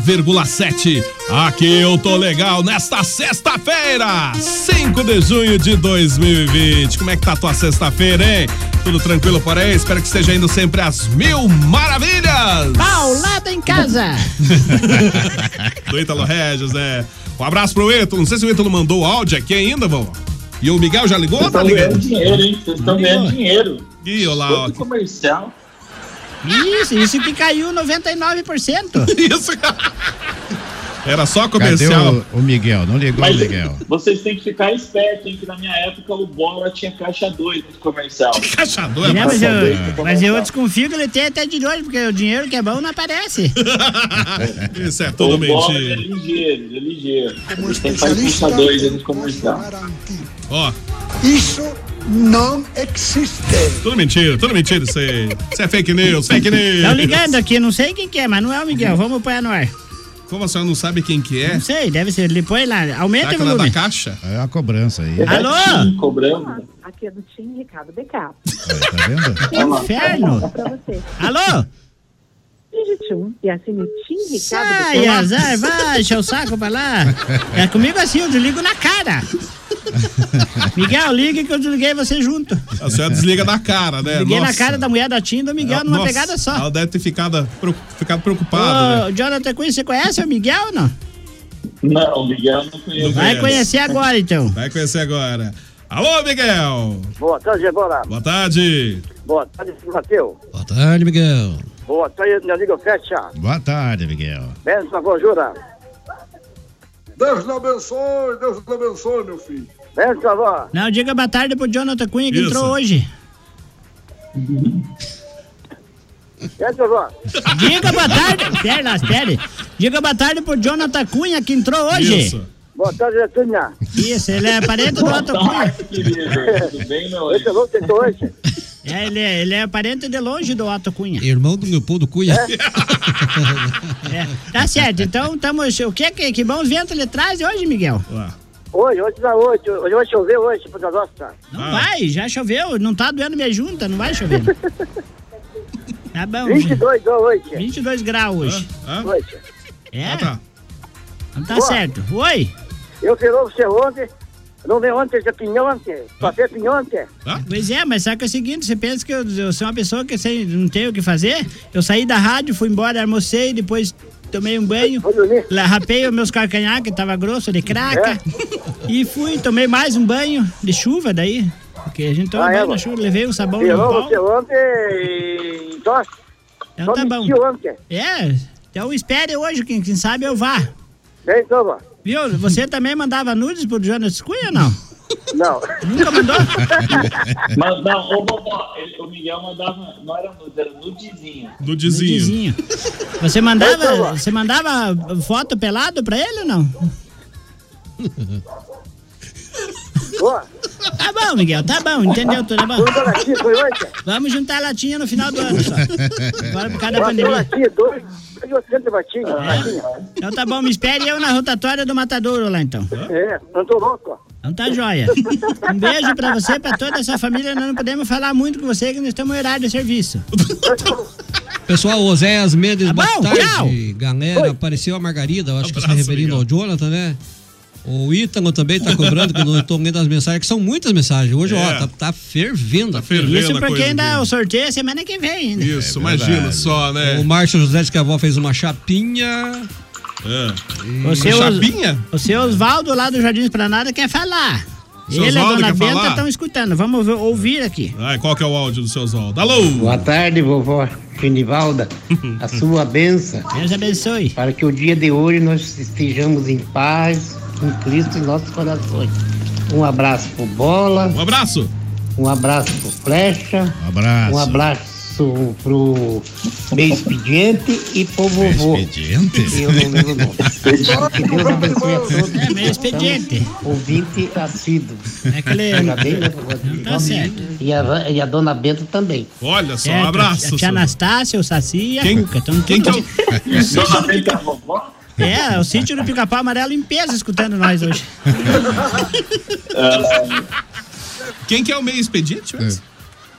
S1: 90,7. Aqui eu tô legal nesta sexta-feira, 5 de junho de 2020. Como é que tá a tua sexta-feira, hein? Tudo tranquilo por aí? Espero que esteja indo sempre às mil maravilhas!
S10: Paulada em casa.
S1: <laughs> do Ítalo Regis, né? Um abraço pro Ítalo. Não sei se o Ítalo mandou o áudio aqui ainda, vovó. E o Miguel já ligou?
S14: Vocês
S1: Tá
S14: estão
S1: ligando?
S14: ganhando dinheiro, hein? Vocês estão ganhando dinheiro.
S1: Ih, olá, ó.
S14: Todo comercial.
S10: Isso, isso que caiu
S21: <laughs>
S10: 99%.
S1: Isso. Era só
S11: Cadê
S1: comercial.
S11: o, o Miguel? Não ligou
S14: Mas
S11: o Miguel.
S14: vocês têm que ficar espertos, hein? Que na minha época o Bola tinha caixa 2 no comercial.
S1: Caixa é,
S10: Né, mas, eu, mas eu desconfio que ele tem até de hoje, porque o dinheiro que é bom não aparece.
S1: Isso é
S14: o
S1: tudo
S14: Bola
S1: mentira.
S14: é ligeiro, ele é ligeiro. Ele tem que fazer caixa 2 aí no comercial.
S1: Ó,
S21: <laughs> Isso não existe.
S1: tudo mentira, tudo mentira isso aí. Isso é fake news, fake news.
S10: Estão ligando aqui, não sei quem que é, mas não é o Miguel. Vamos pôr no ar.
S1: Como a senhora não sabe quem que é?
S10: Não sei, deve ser. Ele põe lá. Aumenta
S1: Será
S10: o
S1: que ela é da
S10: volume.
S1: caixa?
S11: É uma cobrança aí.
S10: Alô?
S14: Cobrando.
S22: Aqui é do time Ricardo Becap.
S11: Tá vendo?
S22: Que inferno!
S10: Alô?
S22: Digite um e assine o Tim Ricardo
S10: Ai,
S22: Becap.
S10: azar, vai, encher o saco pra lá. É comigo assim, eu desligo na cara. Miguel, liga que eu desliguei você junto.
S1: A senhora desliga na cara, né?
S10: Liguei na
S1: Nossa. Ah,
S10: cara da mulher da Tim e do Miguel numa
S1: Nossa,
S10: pegada só.
S1: Ela deve ter ficado, preo- ficado preocupada,
S10: Ô,
S1: né?
S10: Jonathan Cunha, você conhece o Miguel ou não?
S14: Não, Miguel não conheço.
S10: Vai conhecer agora, então.
S1: Vai conhecer agora. Alô, Miguel!
S23: Boa tarde, Bola.
S1: Boa tarde.
S23: Boa tarde, Silvio Mateus.
S11: Boa tarde, Miguel.
S23: Boa tarde, meu amigo Fecha.
S11: Boa tarde, Miguel.
S23: Benção, conjura.
S13: Deus lhe abençoe, Deus lhe abençoe, meu filho.
S23: Benção, avó.
S10: Não, diga boa tarde pro Jonathan Cunha que
S23: Isso.
S10: entrou hoje.
S23: Benção, avó.
S10: Diga boa
S23: <laughs>
S10: tarde. Pera lá, espere. Diga boa tarde pro Jonathan Cunha que entrou hoje.
S23: Isso. Boa tarde, Letunha.
S10: Isso, ele é parente do outro Cunha.
S14: Tudo bem, meu
S23: Esse é louco, tem hoje.
S10: É, ele, é, ele é parente de longe do Otto Cunha.
S12: Irmão do Leopoldo Cunha.
S10: É. Tá certo, então estamos. O que, que, que bom vento ele traz hoje, Miguel?
S23: Hoje, hoje da hoje. Hoje vai chover hoje, puta nossa.
S10: Não vai, já choveu, não tá doendo minha junta, não vai
S23: <laughs>
S10: chover. tá bom.
S23: 22 graus hoje.
S10: 22 graus hoje.
S23: Hoje.
S10: É?
S23: Ah,
S1: tá.
S10: Não tá
S23: Ó.
S10: certo. Oi?
S23: Eu virou você ontem. Não veio ontem, já pinhão ontem. Passei pinhão ontem.
S10: Pois é, mas só que é o seguinte, você pensa que eu, eu sou uma pessoa que sem, não tem o que fazer? Eu saí da rádio, fui embora, almocei, depois tomei um banho, lá, rapei os meus calcanhar, que tava grosso, de
S23: É.
S10: craca, e fui, tomei mais um banho de chuva daí, porque a gente toma
S23: Ah, é,
S10: banho na
S23: mano.
S10: chuva, levei o sabão no
S23: Virou
S10: pau.
S23: você ontem e... Então,
S10: Então tá bom.
S23: mentiu ontem.
S10: É, então espere hoje, quem, quem sabe eu vá.
S23: Vem, toma.
S10: Viu, você também mandava nudes pro Jonas Cunha, não?
S23: Não.
S10: Nunca mandou?
S14: Mas não, ô, vovó, ele- o Miguel mandava, não era nude, era nudezinho.
S1: Nudezinho.
S10: Você
S14: Então,
S10: mandava,
S14: ó.
S10: você mandava foto pelado pra ele ou não? Tá bom, Miguel, tá bom, entendeu? Tudo bom. Vamos juntar latinha no final do ano só. Agora por causa da pandemia.
S23: Aqui, dois, dois, oitenta latinhas, latinha.
S10: Então tá bom, me espere eu na rotatória do Matadouro lá então.
S23: É, não tô louco, ó.
S10: Então tá joia. Um beijo pra
S1: tá
S10: você, pra toda a sua família. Nós não podemos falar muito com você que nós estamos em horário de serviço.
S12: Pessoal, Oséias Mendes,
S10: Tá
S12: boa
S10: bom,
S12: tarde.
S10: tchau.
S12: Galera, apareceu a Margarida, eu acho que está
S10: Abraço,
S12: referindo ao Jonathan, né? O Ítalo também tá cobrando, que eu
S1: <laughs>
S12: não tô lendo as mensagens, que são muitas mensagens. Hoje,
S1: É.
S12: ó, tá, tá fervendo. Tá
S10: Isso porque ainda o sorteio é semana que vem ainda.
S1: Isso, imagina só, né?
S12: É O Márcio José de Cavó fez uma chapinha.
S1: É.
S10: O seu,
S1: Chapinha?
S10: o seu Osvaldo lá do Jardim Esplanada quer falar.
S1: Seu
S10: Ele e a
S1: Osvaldo
S10: Dona
S1: quer
S10: Benta
S1: falar?
S10: estão escutando. Vamos ouvir- ouvir aqui.
S1: Ai, qual que é o áudio do seu Oswaldo? Alô?
S3: Boa tarde, vovó Genivalda.
S1: <laughs>
S3: A sua benção.
S10: Deus abençoe.
S3: Para que o dia de hoje nós estejamos em paz com Cristo em nossos corações. Um abraço pro Bola. Um
S1: abraço.
S3: Um abraço pro Flecha.
S11: Um abraço.
S3: Um abraço pro meu expediente e pro vovô.
S11: Expediente?
S3: Eu não lembro o nome. Que Deus abençoe a todos.
S10: É meu expediente.
S3: Ouvinte assíduo.
S10: É aquele-
S3: Parabéns, vovó Genivalda.
S10: certo.
S3: E a, e a dona Bento também.
S1: Olha
S14: um
S10: Certo, A É, tia Anastácia, o Saci e a
S3: Quem-
S10: Cuca. Tão
S3: quem
S10: tudo-
S1: é
S14: Dona Benta, tá, vovó?
S10: É, o sítio do Pica-Pau Amarelo em peso escutando
S1: <laughs>
S10: nós hoje.
S1: Quem que é o meio expediente? mesmo?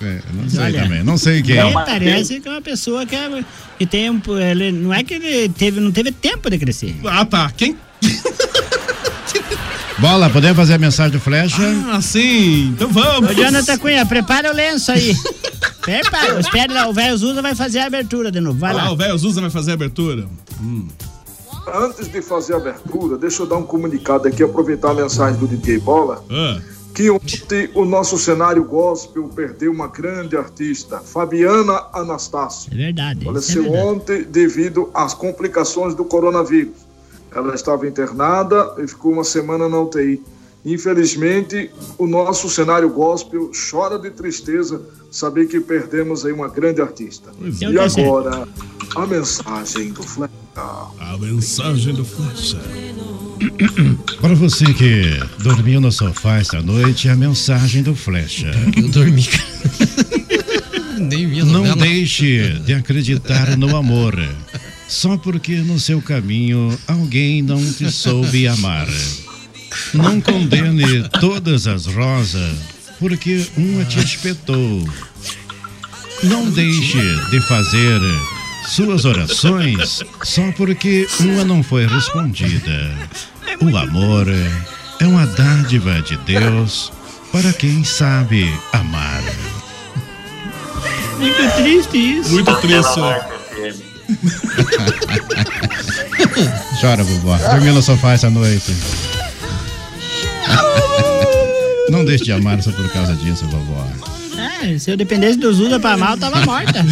S11: É, não sei
S10: Olha.
S11: também, não sei quem
S10: Ele
S11: é.
S10: parece que é uma pessoa que, é- que tem um. Ele, não é que ele teve, não teve tempo de crescer.
S1: Ah, tá. Quem?
S11: Bola, podemos fazer a mensagem do Flecha?
S1: Ah, sim. Então vamos.
S10: Ô, Jonathan Cunha, prepara o lenço aí. <laughs> prepara, espera lá, o velho Zusa vai fazer a abertura de novo. Vai
S1: Ah,
S10: lá.
S1: o velho Zusa vai fazer a abertura.
S13: Antes de fazer a abertura, deixa eu dar um comunicado aqui, aproveitar a mensagem do DJ Bola. Que ontem o nosso cenário gospel perdeu uma grande artista, Fabiana Anastácio.
S10: É verdade.
S13: Faleceu
S1: é
S13: ontem devido às complicações do coronavírus. Ela estava internada e ficou uma semana na UTI. Infelizmente, o nosso cenário gospel chora de tristeza saber que perdemos aí uma grande artista.
S1: Pois é.
S13: E agora, a mensagem do Flecha.
S1: A mensagem do Flecha.
S11: <coughs> Para você que dormiu no sofá esta noite, a mensagem do Flecha.
S12: Eu dormi. Ah, Nem vi a
S11: Não
S12: novela.
S11: deixe de acreditar no amor. Só porque no seu caminho alguém não te soube amar. Não condene todas as rosas, porque uma te espetou. Não deixe de fazer suas orações só porque uma não foi respondida. O amor é uma dádiva de Deus para quem sabe amar.
S10: Muito triste isso. Tá.
S11: Muito triste, né? <laughs> é Chora, vovó. Dormiu no sofá essa noite. Não deixe de amar só por causa disso, vovó.
S10: <laughs> É, se eu dependesse do Zuda pra mal, eu tava
S1: <laughs>
S10: morta.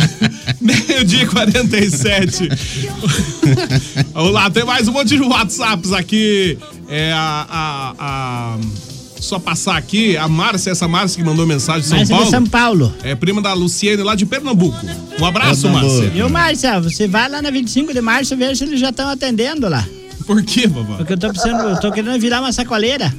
S1: Meio-dia e
S11: <laughs>
S1: 47. Vamos lá, tem mais um monte de WhatsApps aqui. É a. a- a- Só passar aqui, a Márcia, essa Márcia que mandou mensagem de São
S10: Márcia de
S1: Paulo.
S10: São Paulo.
S1: É prima da Luciene lá de Pernambuco. Um abraço, Márcia.
S10: Viu, Márcia? Você vai lá na 25 de março e vê se eles já estão atendendo lá.
S1: Por quê, vovó?
S10: Porque eu tô precisando, eu tô querendo virar uma sacoleira.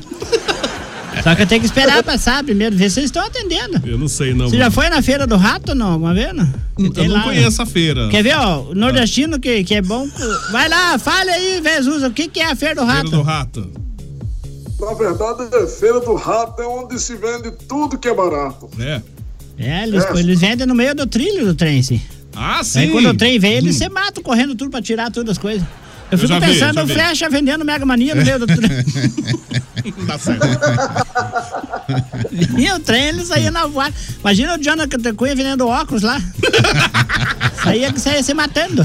S10: Só que eu tenho que esperar passar primeiro, ver se eles estão atendendo.
S1: Eu não sei, não.
S10: Você já
S1: vovó.
S10: foi na feira do rato ou não? Alguma vez, não? Que
S1: Tá Eu
S10: tem
S1: não
S10: lá,
S1: conheço
S10: né?
S1: a feira. Tá.
S10: Quer ver, ó? O nordestino que, que é bom. Vai lá, fala aí, Jesus, o que, que é a feira do rato?
S1: Feira do rato.
S13: Na verdade, a Feira do Rato é onde se vende tudo que é barato.
S1: É.
S10: É, eles, eles vendem no meio do trilho do trem, assim.
S1: Ah,
S10: Aí
S1: sim.
S10: quando o trem vem,
S11: Hum.
S10: eles se matam correndo tudo pra tirar todas as coisas. Eu
S1: Eu
S10: fico
S1: já vi,
S10: pensando
S1: já
S10: o
S1: vi.
S10: Flecha vendendo Mega Mania no meio do <laughs> trem.
S4: <laughs>
S1: Tá certo.
S10: E o trem, ele saía na voada. Imagina o Jonathan Cunha vendendo
S1: <laughs>
S10: óculos lá. saía que saía se matando.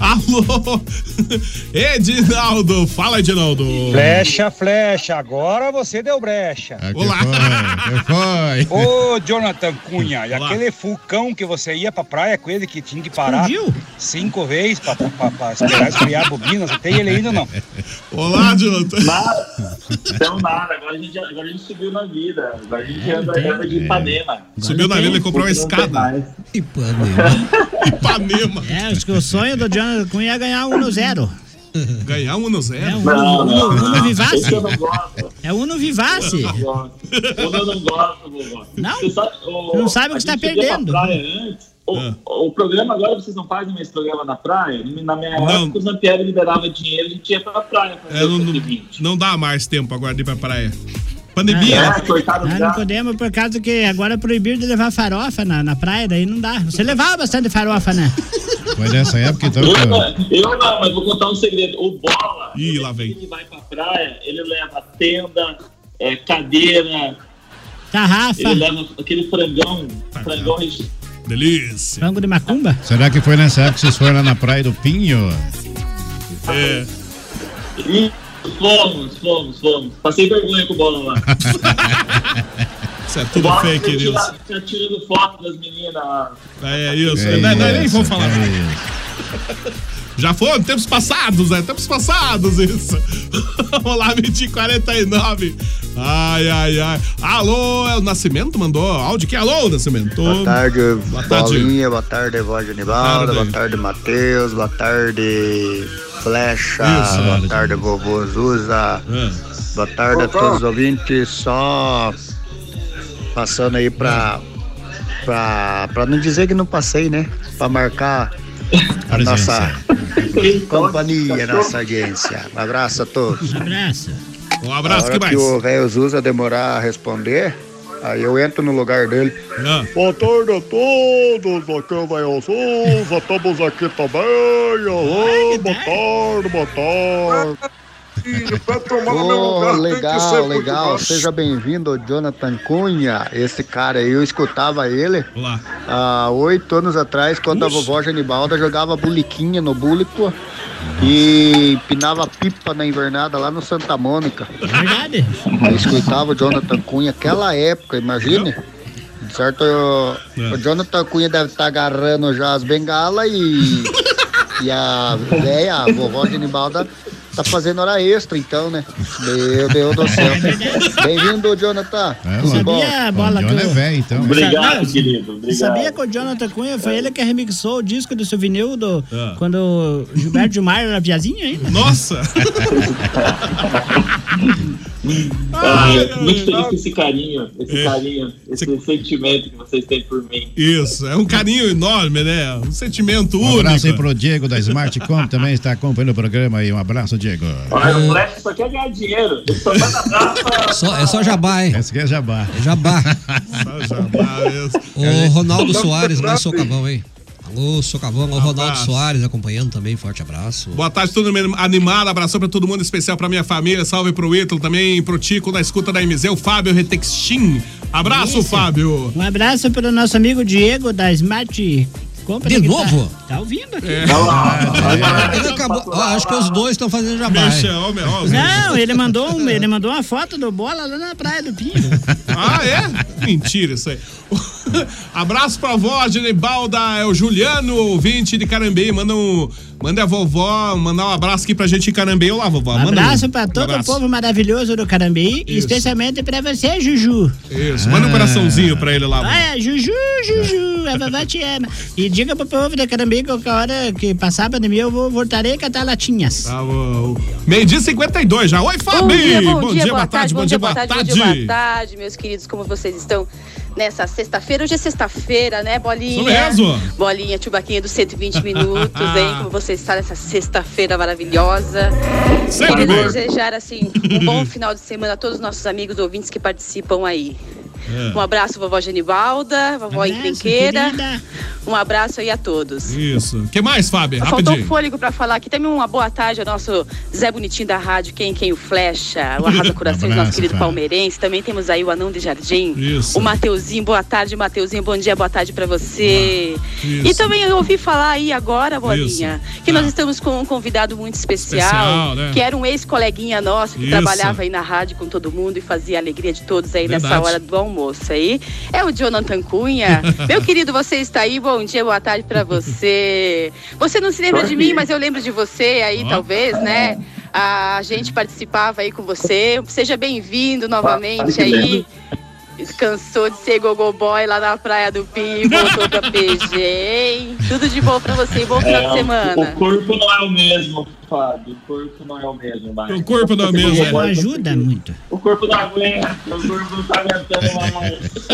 S1: Alô? <laughs> Edinaldo, fala, Edinaldo.
S4: Flecha, flecha, agora você deu brecha.
S1: Olá.
S4: Foi,
S1: É,
S4: foi. Ô, Jonathan Cunha, e aquele vulcão que você ia pra praia com ele que tinha que parar
S10: Explodiu?
S4: cinco vezes pra, pra- pra esperar esfriar a bobina, você tem ele ainda ou não?
S1: <laughs> Olá, Jonathan.
S14: Então nada, agora a, gente, agora a gente subiu na vida. Agora a gente anda, anda de Ipanema. um
S1: Subiu na vila e comprou uma escada. Ipanema.
S10: É, acho que o sonho do Jonathan Cunha é ganhar um no zero.
S1: Ganhar um no zero?
S10: É um,
S14: Não,
S10: um,
S14: não,
S10: um no
S14: não.
S10: Vivace.
S14: Esse eu não
S10: É um no Vivace.
S14: Quando eu não gosto, vovó.
S10: Não?
S14: Você sabe, ô,
S10: Você não sabe o que
S14: a
S10: você tá
S14: gente ia pra
S10: perdendo.
S14: praia antes. O,
S1: Ah.
S14: o programa agora, vocês não fazem mais programa na praia? Na minha
S1: Não.
S14: época, o Zampieri liberava dinheiro, a gente ia pra praia. fazer
S1: É, não,
S14: o
S1: não- não dá mais tempo agora de ir pra praia. Pandemia.
S14: Ah, é.
S1: né?
S10: Nós Ah, não podemos, por causa que agora proibiram de levar farofa na, na praia, daí não dá. Você levava bastante farofa, né?
S11: Foi nessa época então
S14: Eu,
S11: que.
S14: não- eu não, mas vou contar um segredo. O Bola,
S1: Ih, lá vem.
S14: ele vai pra praia, ele leva tenda, é, cadeira,
S10: Tarrafa.
S14: ele leva aquele frangão, frangão recheado.
S1: Tá, Delícia.
S10: Frango de macumba?
S11: Será que foi nessa época que vocês foram lá na Praia do Pinho?
S1: É.
S14: Fomos, fomos, fomos. Passei vergonha com o Bola lá.
S1: <laughs> Isso é tudo
S14: Bola
S1: fake
S14: fica
S1: news.
S14: tira- fica tirando foto das
S1: <laughs>
S14: meninas lá.
S1: É isso.
S11: É
S1: Não, não, nem
S11: isso,
S1: vou falar.
S11: é
S1: mais. <laughs> Já foi? Tempos passados, né? Tempos passados, isso. <laughs> Vamos lá, 2049. Ai, ai, ai. Alô, é o Nascimento mandou áudio aqui. Alô, Nascimento.
S2: Boa tarde,
S1: Boa tarde.
S2: Bolinha, boa tarde, voz de Anibaldo, boa tarde, Matheus, boa tarde, Flecha,
S8: Isso.
S2: boa tarde, vovô Zuza, boa tarde a todos os ouvintes, só passando aí pra, pra, pra não dizer que não passei, né, pra marcar a nossa companhia, nossa audiência. Um abraço a todos.
S10: Abraço.
S1: Um
S2: a hora que o velho Zuza demorar a responder, aí eu entro no lugar dele.
S9: Boa tarde a todos, aqui é o Velho Souza, estamos aqui também, alô, boa tarde, boa tarde.
S2: Oh, legal, legal. Seja bem-vindo, Jonathan Cunha. Esse cara aí, eu escutava ele
S1: Olá.
S2: há oito anos atrás, quando a vovó Genibalda jogava buliquinha no búlico e empinava pipa na invernada lá no Santa Mônica.
S10: Verdade.
S2: Eu escutava o Jonathan Cunha aquela época, imagine. Certo? O Jonathan Cunha deve estar agarrando já as bengalas e. E a véia, a vovó de Nibalda, tá fazendo hora extra, então, né? Meu Deus do céu. Bem-vindo, Jonathan.
S10: É,
S12: É,
S2: Tudo bom?
S10: Sabia, Bola, que o-
S12: então.
S2: Obrigado,
S10: Sabia-
S2: querido. É.
S10: Você Sabia que o Jonathan Cunha foi ele que remixou o disco do souvenir do.
S12: Ah.
S10: Quando o Gilberto Gilmar era viazinho ainda?
S1: Nossa!
S14: Ai, Ah, muito feliz com esse carinho, esse carinho, esse sentimento que vocês têm por mim.
S1: É. Isso, é um carinho enorme, né? Um sentimento
S11: Um abraço aí
S1: único.
S11: pro Diego da Smartcom, também está acompanhando o programa aí. Um abraço, Diego.
S14: Olha, o Flash só quer ganhar dinheiro. Ele só manda abraço.
S11: Só, é só jabá, hein? Esse aqui é jabá. É
S12: jabá.
S1: <laughs> só jabá mesmo.
S12: O Ronaldo Soares, lá em Socavão, hein? Alô, Socavão, o Ronaldo
S1: Abraço.
S12: Soares acompanhando também, forte abraço.
S1: Boa tarde, todo mundo animado. Abração pra todo mundo, especial pra minha família. Salve pro Ítalo também, pro Tico da escuta da MZ, o Fábio Retextin. Abraço,
S10: Isso.
S1: Fábio.
S10: Um abraço para o nosso amigo Diego da Smart Company.
S12: De
S10: que
S12: novo?
S10: Tá, tá ouvindo aqui.
S12: É. Ele acabou- ó, acho que os dois estão fazendo jabá. hein?
S10: Não, ele mandou, um, ele mandou uma foto do bola lá na praia do Pinho.
S1: Ah, é? Mentira isso aí. <laughs> Abraço pra vó, Genebalda, é o Juliano, ouvinte de Carambei. Manda um. Manda a vovó mandar um abraço aqui pra gente em Carambei. Olá,
S12: Tá
S1: vovó.
S10: Um
S1: manda
S10: abraço
S1: um-
S10: para todo
S1: abraço.
S10: o povo maravilhoso do Carambi, especialmente para você, Juju.
S1: Isso, manda um coraçãozinho pra ele lá. vovó.
S10: Olha, Ah, é, Juju, Juju, a vovó te ama. E diga pro povo da Carambi que qualquer hora que passar a pandemia eu vou, voltarei a catar latinhas.
S1: Tá bom. Meio-dia e 52 já. Oi, Fábio!
S24: bom dia, boa tarde, bom dia, boa tarde, meus queridos, como vocês estão nessa sexta-feira? Hoje é sexta-feira, né, Bolinha?
S1: Isso mesmo.
S24: Bolinha, Chubaquinha dos 120 minutos, hein? Como você está nessa sexta-feira maravilhosa.
S1: Sempre
S24: Queria
S1: bem.
S24: desejar, assim, um bom final de semana a todos os nossos amigos ouvintes que participam aí.
S1: É.
S24: Um abraço, vovó Genibalda, vovó
S1: Abraço,
S24: Encrenqueira. Um abraço aí a todos.
S1: Isso. O que mais, Fábio?
S24: Faltou um
S1: Rapidinho.
S24: fôlego pra falar aqui. Também uma boa tarde ao nosso Zé Bonitinho da rádio, quem quem o flecha, o
S1: <laughs>
S24: Arrasa Corações,
S1: Abraço,
S24: nosso querido
S1: cara.
S24: palmeirense. Também temos aí o Anão de Jardim,
S1: tá. Isso.
S24: o Mateuzinho. Boa tarde, Mateuzinho. Bom dia, boa tarde pra você.
S1: Ah, Isso. Ah.
S24: E também eu ouvi falar aí agora, Bolinha, que nós estamos com um convidado muito especial,
S1: Especial, né?
S24: que era um ex-coleguinha nosso, que
S1: Isso.
S24: trabalhava aí na rádio com todo mundo e fazia a alegria de todos aí nessa
S25: Verdade.
S24: hora do almoço aí. É o Jonathan
S1: <laughs>
S24: Cunha. Meu querido, você está aí? Bom dia, boa tarde pra você. Você não se lembra de mim, mas eu lembro de você aí, talvez, né? A gente participava aí com você. Seja bem-vindo novamente aí. Cansou de ser gogo boy lá na Praia do Pio, voltou pra PG. hein? Tudo de bom pra você e bom final
S14: É,
S24: de
S14: o-
S24: semana.
S14: O corpo não é o mesmo. Fábio, o corpo não é o mesmo mais.
S1: O corpo não é o mesmo.
S14: Não
S10: ajuda muito.
S14: O corpo não aguenta, o corpo não tá aguentando
S1: <laughs>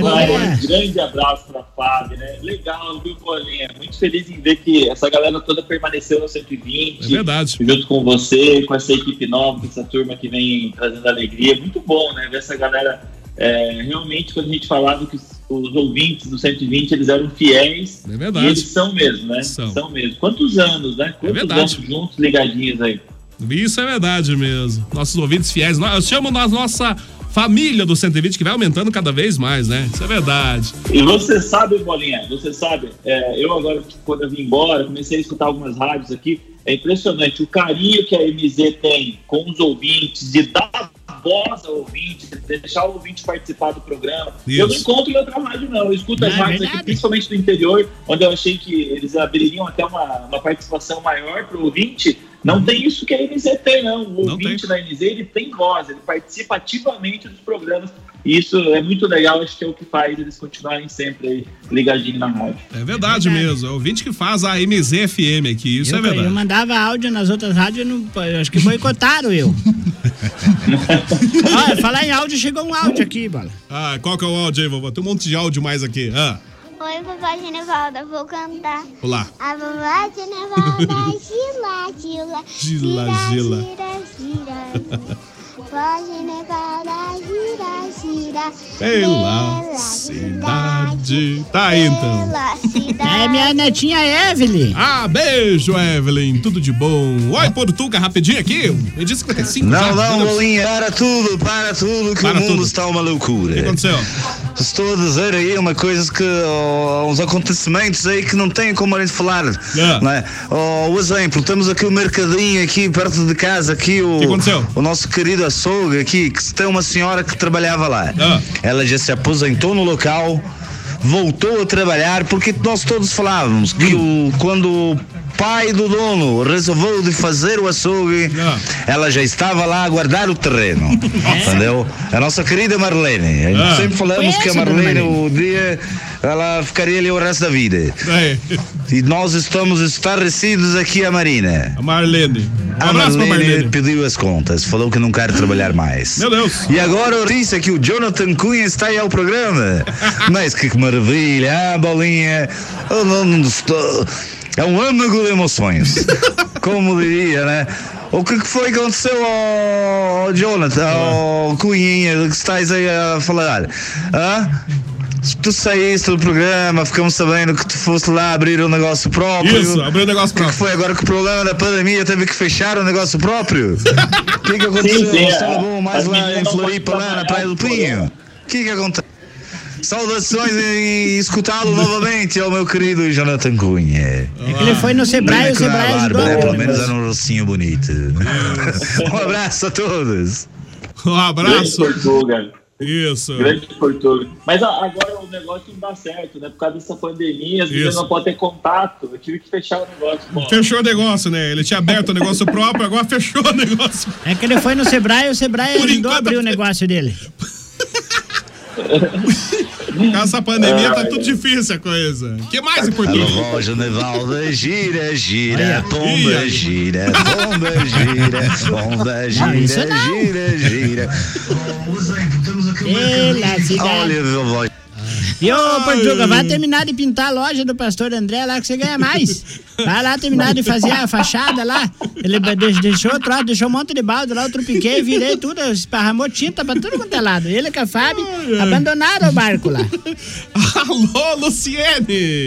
S14: mais. Mas, um grande abraço pra Fábio, né? Legal, viu, Bolinha? Muito feliz em ver que essa galera toda permaneceu no 120.
S1: É verdade.
S14: Junto com você, com essa equipe nova, com essa turma que vem trazendo alegria. Muito bom, né? Ver essa galera. é, realmente, quando a gente falava que os, os ouvintes do 120 eles eram fiéis,
S1: É verdade.
S14: e eles são mesmo, né?
S1: São. É
S14: mesmo. Quantos anos, né? Quantos
S1: verdade.
S14: anos juntos ligadinhos aí?
S1: Isso é verdade mesmo. Nossos ouvintes fiéis. nós- Eu chamo nós nossa família do 120 que vai aumentando cada vez mais, né? Isso é verdade.
S14: E você sabe, Bolinha, você sabe, é, eu agora, quando eu vim embora, comecei a escutar algumas rádios aqui, é impressionante o carinho que a MZ tem com os ouvintes, de dar voz ao ouvinte, de deixar o ouvinte participar do programa.
S1: Isso.
S14: Eu não encontro em outra rádio, não. Eu escuto as
S1: Não é
S14: rádios aqui,
S1: verdade?
S14: principalmente do interior, onde eu achei que eles abririam até uma, uma participação maior para o ouvinte. Não tem isso que a MZ tem, não. O ouvinte da MZ, ele tem voz, ele participa ativamente dos programas. E isso é muito legal, acho que é o que faz eles continuarem sempre aí ligadinhos na rádio.
S1: É verdade, mesmo. É o ouvinte que faz a MZFM aqui. Isso
S10: eu,
S1: é verdade.
S10: eu mandava áudio nas outras rádios, não- eu acho que
S1: <laughs>
S10: boicotaram eu. Olha, falar em áudio, chegou um áudio aqui, Bola.
S1: Ah, qual que é o áudio aí, vovó? Tem um monte de áudio mais aqui. Ah,
S5: Oi, vovó Genevalda, vou cantar.
S1: olá.
S5: A
S1: <laughs>
S5: vovó Genevalda gila, gila,
S1: Gila, gila.
S5: gira, gira. Vovó Genevalda gira, gira.
S1: Pela cidade. Tá aí, então.
S5: Pela cidade.
S1: É minha netinha Evelyn. Ah, beijo, Evelyn. Tudo de bom. Oi, Portuga, rapidinho aqui. Eu disse que tem cinco já.
S7: Não, não,
S1: Manda-
S7: Bolinha, para tudo, para tudo, que
S1: Para
S7: o mundo
S1: tudo.
S7: está uma loucura. O que
S1: aconteceu?
S7: Estou a dizer aí uma coisa que. ó, uns acontecimentos aí que não tem como a gente falar. Não é? Ó, o exemplo, temos aqui o mercadinho aqui perto de casa, aqui o.
S1: Então.
S7: O nosso querido açougue aqui, que se tem uma senhora que trabalhava lá.
S1: Ah.
S7: Ela já se aposentou no local, voltou a trabalhar, porque nós todos falávamos que
S1: Hum.
S7: o, quando o pai do dono resolveu de fazer o açougue,
S1: Ah.
S7: ela já estava lá a guardar
S1: <laughs>
S7: o terreno. Entendeu? A nossa querida Marlene.
S8: Ah.
S7: Sempre falamos
S8: Conheço
S7: que a
S8: a dona
S7: Marlene,
S8: Marlene.
S7: o dia, ela ficaria ali o resto da vida.
S1: É.
S7: E nós estamos estarrecidos aqui, a Marina.
S1: A Marlene.
S7: A
S1: abraço pra
S7: Marlene,
S1: Marlene.
S7: pediu as contas, falou que não quer trabalhar mais.
S1: Meu Deus.
S7: E agora eu disse que o Jonathan Cunha está aí
S1: <laughs>
S7: ao programa. Mas que maravilha, ah, bolinha. Eu não, não estou... É um âmago
S1: <laughs>
S7: de emoções. Como diria, né? O que que foi que aconteceu ao Jonathan, ao Cunhinha, que estás aí a falar? Hã? Se tu saíste do programa, ficamos sabendo que tu foste lá abrir um negócio próprio.
S1: Isso, abrir um negócio
S7: próprio. Que foi agora que o problema da pandemia teve que fechar um
S1: <laughs>
S7: negócio próprio? O que, que
S14: Sim,
S7: aconteceu?
S14: sim,
S7: Estava
S14: é.
S7: bom mais
S14: As
S7: lá
S14: meninas
S7: em
S14: não
S7: Floripa, lá na Praia do
S14: né?
S7: Pinho. O que, que aconteceu?
S14: <laughs>
S7: Saudações e escutá-lo novamente ao meu querido Jonathan Cunha.
S10: Ele foi no Sebrae,
S7: Bem
S10: o
S7: com a
S10: Sebrae ajudou
S7: barba, né? Pelo
S10: ele.
S7: menos era um rostinho bonito. <laughs> um abraço a todos.
S1: Um
S14: Grande Portuga.
S1: Isso.
S14: Grande Portuga. Mas a- agora o negócio não dá certo, né? Por causa dessa pandemia, as pessoas
S1: Isso.
S14: não podem ter contato. Eu tive que fechar o negócio. Bom,
S1: Fechou o negócio, né? Ele tinha aberto o negócio próprio, agora fechou o negócio.
S10: É que ele foi no Sebrae, o Sebrae ajudou a abrir o negócio dele.
S1: Com essa pandemia tá tudo difícil a coisa. O que mais em
S7: Alô,
S1: português?
S7: Roger Nevalda, gira, gira,
S1: Ia.
S7: pomba, gira, pomba, gira, pomba, Não, isso gira, não. gira, gira.
S10: Pela cidade.
S7: Olha, vovó.
S10: E ô, Portuga, vai terminar de pintar a loja do pastor André lá que você ganha mais. Vai lá terminar de fazer a fachada lá. Ele be- deix- deixou o troço, deixou um monte de balde lá, eu trupiquei, virei tudo, esparramou tinta pra tudo quanto é lado. Ele com a Fábio abandonaram o barco lá.
S1: <laughs> Alô, Luciene!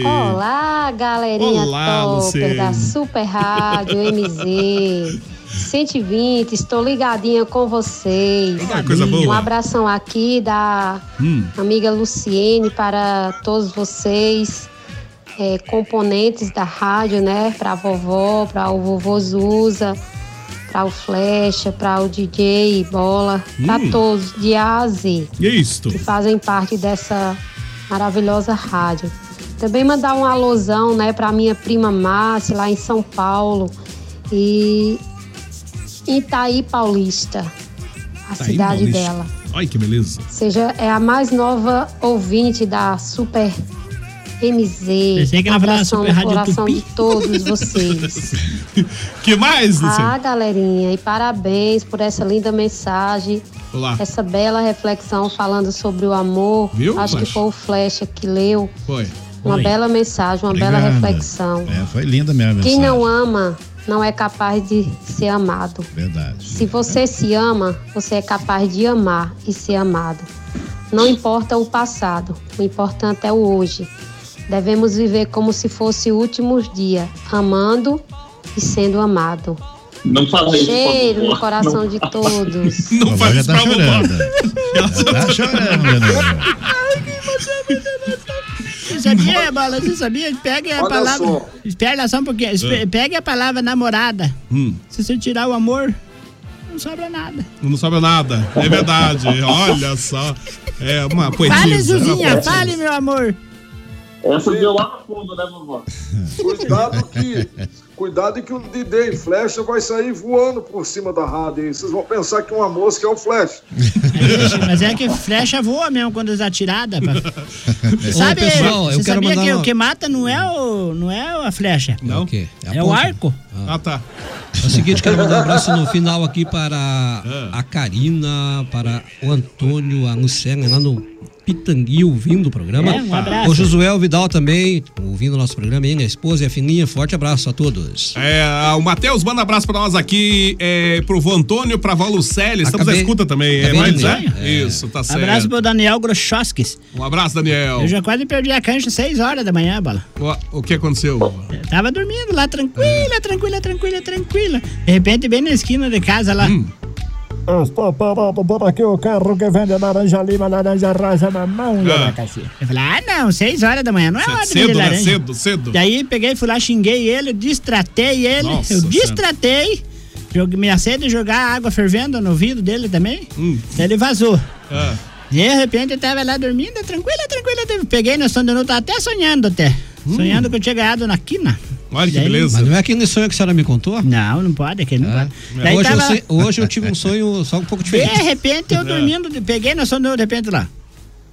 S26: <laughs> Olá, galerinha
S1: Olá,
S26: topper
S1: Luciene.
S26: da Super Rádio MZ 120, estou ligadinha com vocês.
S1: Ah, coisa
S26: Um
S1: boa.
S26: abração aqui da
S1: Hum.
S26: amiga Luciene para todos vocês, eh, componentes da rádio, né? Para a vovó, para o vovô Zuza, para o Flecha, para o DJ Bola, para
S1: Hum.
S26: todos de A a Z
S1: E é isto.
S26: que fazem parte dessa maravilhosa rádio. Também mandar um alusão, né, para minha prima Márcia lá em São Paulo e Itaí Paulista, a
S1: Tá aí,
S26: cidade
S1: Maurício.
S26: dela.
S1: Olha que beleza.
S26: Seja é a mais nova ouvinte da Super MZ.
S10: Pensei que ela ia falar
S26: abração
S10: Super
S26: no
S10: Rádio
S26: coração
S10: Tupi.
S26: de todos vocês.
S1: que mais, Luciano?
S26: Ah, galerinha, e parabéns por essa linda mensagem.
S1: Olá.
S26: Essa bela reflexão falando sobre o amor.
S11: Viu,
S26: Acho que
S11: Flecha?
S26: foi o Flecha que leu.
S1: Foi.
S26: Uma
S11: Foi.
S26: bela mensagem, uma bela
S11: Obrigado.
S26: reflexão.
S11: É, foi linda mesmo.
S26: Quem não ama não é capaz de ser amado.
S11: Verdade.
S26: Se você se ama, você é capaz de amar e ser amado. Não importa o passado, o importante é o hoje. Devemos viver como se fosse o último dia, amando e sendo amado.
S14: Não fala isso. por
S26: Cheiro no
S14: favor.
S26: coração de todos.
S1: Não
S11: faz isso tá chorando. Ela tá chorando, né?
S10: Você sabia, Bola? Você sabia? Pegue a
S23: Olha
S10: palavra.
S23: só.
S10: Espera só um pouquinho. Espe-
S1: Ah.
S10: Pegue a palavra namorada.
S1: Hum.
S10: Se você tirar o amor, não sobra nada.
S1: Não sabe nada. É verdade. Olha só. É uma poetisa.
S10: fale,
S1: é uma
S10: Zuzinha,
S1: poetisa.
S10: fale, meu amor.
S14: Essa deu lá no fundo, né, <laughs> vovó? é.
S13: Cuidado que, cuidado que o Didê em flecha vai sair voando por cima da rádio. hein? Vocês vão pensar que uma mosca é o flash.
S10: Mas é que flecha voa mesmo quando eles atirada.
S1: <laughs>
S10: É. Sabe,
S12: pessoal, eu
S10: você
S12: quero
S10: sabia
S12: mandar
S10: que
S12: uma-
S10: o que mata não é, o, não é a flecha?
S12: Não. É o quê?
S10: É o
S12: ponta.
S10: arco.
S1: Ah, tá.
S12: É o seguinte, quero mandar um abraço no final aqui para
S1: Ah.
S12: a Karina, para o Antônio, a Luciana, lá no Pitangui, ouvindo o programa.
S10: É, um abraço.
S12: O Josuel Vidal também, tipo, ouvindo o nosso programa, e a esposa e a filhinha. Forte abraço a todos.
S1: É, o Matheus manda um abraço pra nós aqui, é, pro Vô Antônio, pra Vó Lucélia.
S10: Tá,
S1: Estamos
S12: Acabei-
S1: à escuta também, é
S12: acabei
S1: mais,
S12: de
S1: né?
S12: ler.
S1: Isso, tá certo.
S10: Abraço pro Daniel Groschowskis.
S1: Um abraço, Daniel.
S10: Eu já quase perdi a cancha 6 horas da manhã, bola.
S1: O, o que aconteceu?
S10: Tava dormindo lá,
S12: É.
S10: tranquila, tranquila, tranquila, tranquila. De repente, bem na esquina de casa lá.
S12: Hum.
S8: Eu estou parado por aqui o carro que vende laranja lima, laranja rosa, né, mamão e
S10: Ah.
S8: abacaxi.
S10: Eu falei, ah não, 6 horas da manhã, não é hora de
S8: cedo,
S10: vender
S8: né?
S10: laranja.
S8: Cedo,
S1: cedo.
S10: Daí peguei, fui lá, xinguei ele, distratei ele.
S8: Nossa
S10: eu
S8: Senhora.
S10: distratei. Joguei, me acei de jogar água fervendo no ouvido dele também.
S8: Hum.
S10: Daí ele vazou.
S1: Ah,
S10: De repente eu tava lá dormindo, tranquila, tranquila. teve- Peguei no sono de novo, tava até sonhando até.
S8: Hum.
S10: Sonhando que eu tinha ganhado na quina.
S1: Olha
S10: que beleza.
S12: Mas não é aquele sonho que a senhora me contou? É.
S10: Não, não pode, aquele não pode.
S1: É.
S10: Daí
S12: Hoje, eu
S10: tava-
S12: sei- hoje eu tive um sonho só um pouco
S10: De
S12: diferente.
S10: repente
S1: É.
S8: É.
S10: eu dormindo, de- peguei no sono de novo, de repente lá.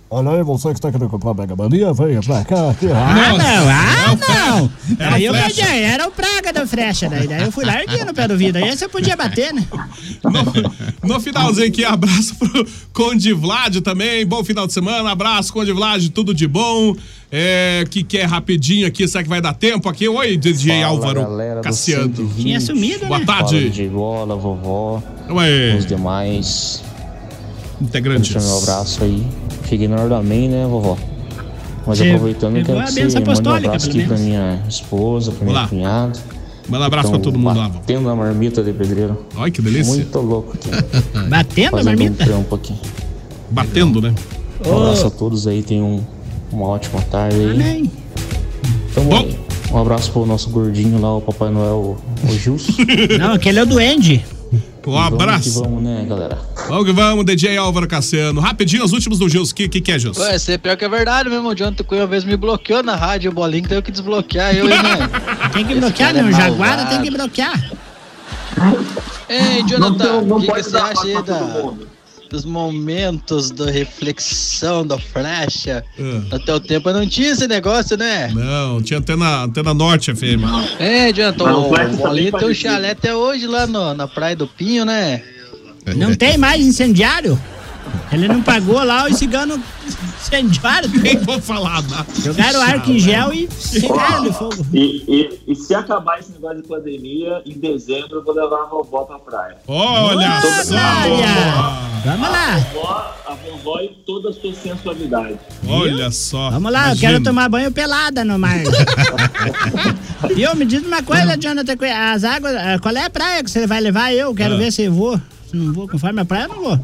S8: Olha aí, você que está querendo comprar Mega Mania, venha pra cá. É Aqui,
S10: Ah, não,
S8: um
S10: ah, não!
S8: Era
S10: Aí eu
S8: flecha.
S10: perdi, era o praga da frecha, daí, daí eu fui lá e ergui no pé do vidro, aí você podia
S8: <laughs>
S10: bater, né?
S1: No finalzinho aqui, abraço pro Conde Vlad também. Bom final de semana. Abraço, Conde Vlad, tudo de bom. É, que quer rapidinho aqui, será que vai dar tempo aqui? Oi, DJ Álvaro Cassiano.
S27: né?
S1: Boa
S27: Fala,
S1: tarde. é.
S27: DJ Bola, vovó. Os demais.
S1: Integrantes.
S27: Deixa meu abraço aí. Cheguei na hora do amém, né, vovó? Mas
S1: Che-
S27: aproveitando, eu
S1: pegou
S27: quero
S1: a
S27: que você
S1: benção
S27: mande um
S1: apostólica,
S27: abraço
S1: pelo
S27: aqui pra minha esposa, pro meu
S1: Olá.
S27: cunhado.
S1: Manda um abraço pra todo mundo lá, vó.
S27: Batendo a marmita de pedreiro.
S1: Olha que delícia.
S27: Muito louco aqui.
S10: Batendo a
S27: Fazendo
S10: marmita?
S27: um trampo aqui.
S1: Batendo, né?
S27: Um abraço
S1: Ô.
S27: a todos aí, tenham um, uma ótima tarde aí.
S10: Amém.
S27: Tamo aí. Um abraço pro nosso gordinho lá, o Papai Noel, o, o Gilson.
S10: Não, aquele é o duende.
S1: Um
S27: Vamos
S1: abraço.
S27: que vamos, né, galera?
S1: Vamos que vamos, DJ Álvaro Cassiano. Rapidinho, os últimos do Gilson. O que, que, que é, Gilson?
S17: Ué, isso é pior que é verdade mesmo. O Jonathan Cunha uma vez me bloqueou na rádio, o Bolinho teve que desbloquear eu, hein, né?
S10: <laughs> Tem que bloquear,
S1: é
S10: né? O jaguara tem que bloquear.
S17: Ei, Não, Jonathan, não o que, pode que você dar acha aí pra todo da- dos momentos da reflexão da flecha?
S1: Ah.
S17: Até o tempo não tinha esse negócio, né?
S1: Não, tinha antena, antena norte, FM.
S17: É, Jonathan,
S1: Não,
S17: o
S1: flecha tá bem
S17: Bolinho tem um
S1: parecido.
S17: chalé até hoje lá no- na Praia do Pinho, né?
S10: Não tem mais incendiário? Ele não pagou lá os ciganos
S1: <laughs>
S10: incendiaram.
S1: Nem vou falar nada. né?
S10: Jogaram arco em gel e cigaram no fogo.
S14: E, e- e se acabar esse negócio de pandemia, em dezembro eu vou levar a vovó pra praia.
S1: Olha
S14: Toda-
S1: só!
S10: Vamos
S14: A vovó, a vovó e toda a sua sensualidade.
S1: Olha só.
S10: Vamos lá, eu quero tomar banho pelada
S1: <laughs>
S10: no mar. e eu me diz uma coisa, Jonathan, Cunha, as águas, ah, qual é a praia que você vai levar eu? Quero
S14: Ah.
S10: ver se eu vou. Se não vou, conforme a praia, eu não vou.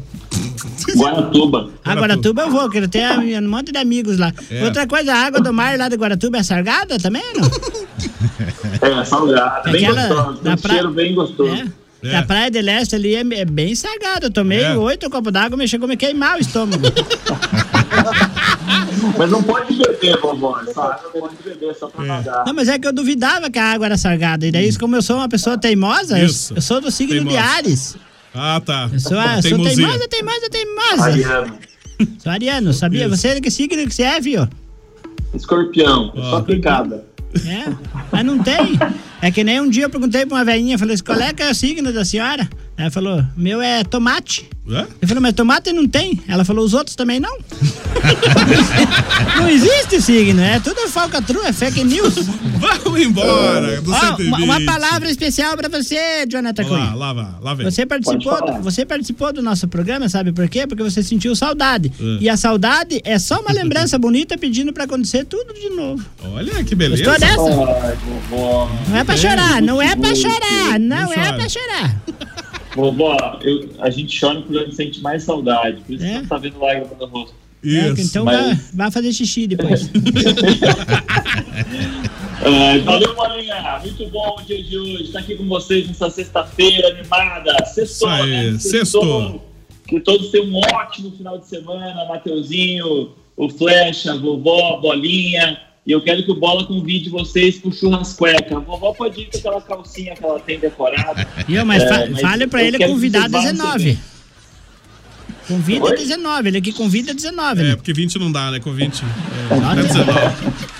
S14: Guaratuba.
S10: A Guaratuba eu vou, que eu tenho um monte de amigos lá.
S14: É.
S10: Outra coisa, a água do mar lá de Guaratuba é sargada também, não?
S1: <laughs>
S14: É, salgado, bem
S10: Aquela-
S14: gostoso. Tem
S10: na
S14: um
S10: praia- É.
S14: cheiro bem gostoso.
S1: É.
S10: A Praia de Leste ali é, é bem sargada. Eu tomei oito copos d'água, me chegou a me queimar
S1: <laughs>
S10: o estômago.
S14: Mas não pode beber, vovó. Essa água não pode beber, só pra nadar.
S10: Não, mas é que eu duvidava que a água era sargada. E daí, como eu sou uma pessoa teimosa, eu,
S1: Hum. Isso.
S10: eu sou do signo de
S1: Teimosa.
S10: Ares.
S1: Ah, tá.
S10: Eu sou, a- sou
S1: Teimosia.
S10: teimosa, teimosa, teimosa. Sou ariano, sabia? Você que signo que você é, viu?
S14: Escorpião, é só picada.
S10: É, mas não tem. É que nem um dia eu perguntei pra uma velhinha, falei assim, qual é que é o signo da senhora? Ela falou, meu é tomate.
S1: É?
S10: Eu falei, mas tomate não tem. Ela falou, os outros também não. <laughs> não existe signo, é tudo falcatrua, é fake news.
S1: Vamos embora do
S10: Ó,
S1: 120.
S10: uma, uma palavra especial pra você, Jonathan
S1: Olha
S10: Cunha.
S1: lá, lá, vai, lá vem.
S10: Você participou,
S1: Pode falar.
S10: você participou do nosso programa, sabe por quê? Porque você sentiu saudade.
S1: É.
S10: E a saudade é só uma lembrança bonita pedindo pra acontecer tudo de novo.
S1: Olha que beleza.
S10: Gostou dessa?
S14: Ai, vovó.
S10: Não é pra chorar, não é pra chorar, não,
S14: Não
S10: é
S14: chora.
S10: pra chorar.
S14: Vovó, eu, a gente chora porque a gente sente mais saudade. Por isso que não tá vendo lágrima no rosto.
S10: É, então vai
S14: Mas,
S10: vá, vá fazer xixi depois. <laughs>
S14: é, valeu, Marinha. Muito bom o dia de hoje. Estar aqui com vocês nessa sexta-feira animada. Sextou,
S1: Isso aí,
S14: né?
S1: sextou.
S14: Que todos tenham um ótimo final de semana. Mateuzinho, o Flecha, a vovó, a Bolinha. E eu quero que o Bola convide vocês pro churrascueca. A vovó pode ir com aquela calcinha que ela tem
S10: <laughs>
S14: decorada.
S10: Viu? Mas,
S14: É,
S10: fa- fale pra
S14: eu
S10: ele
S14: quero que
S10: convidar
S14: vocês vá no
S10: 19. Convida
S14: Oi?
S10: 19, ele aqui convida 19.
S1: É, porque 20 não dá, né? Com 20. É,
S10: Não
S1: deve
S10: dá.
S1: ser, não.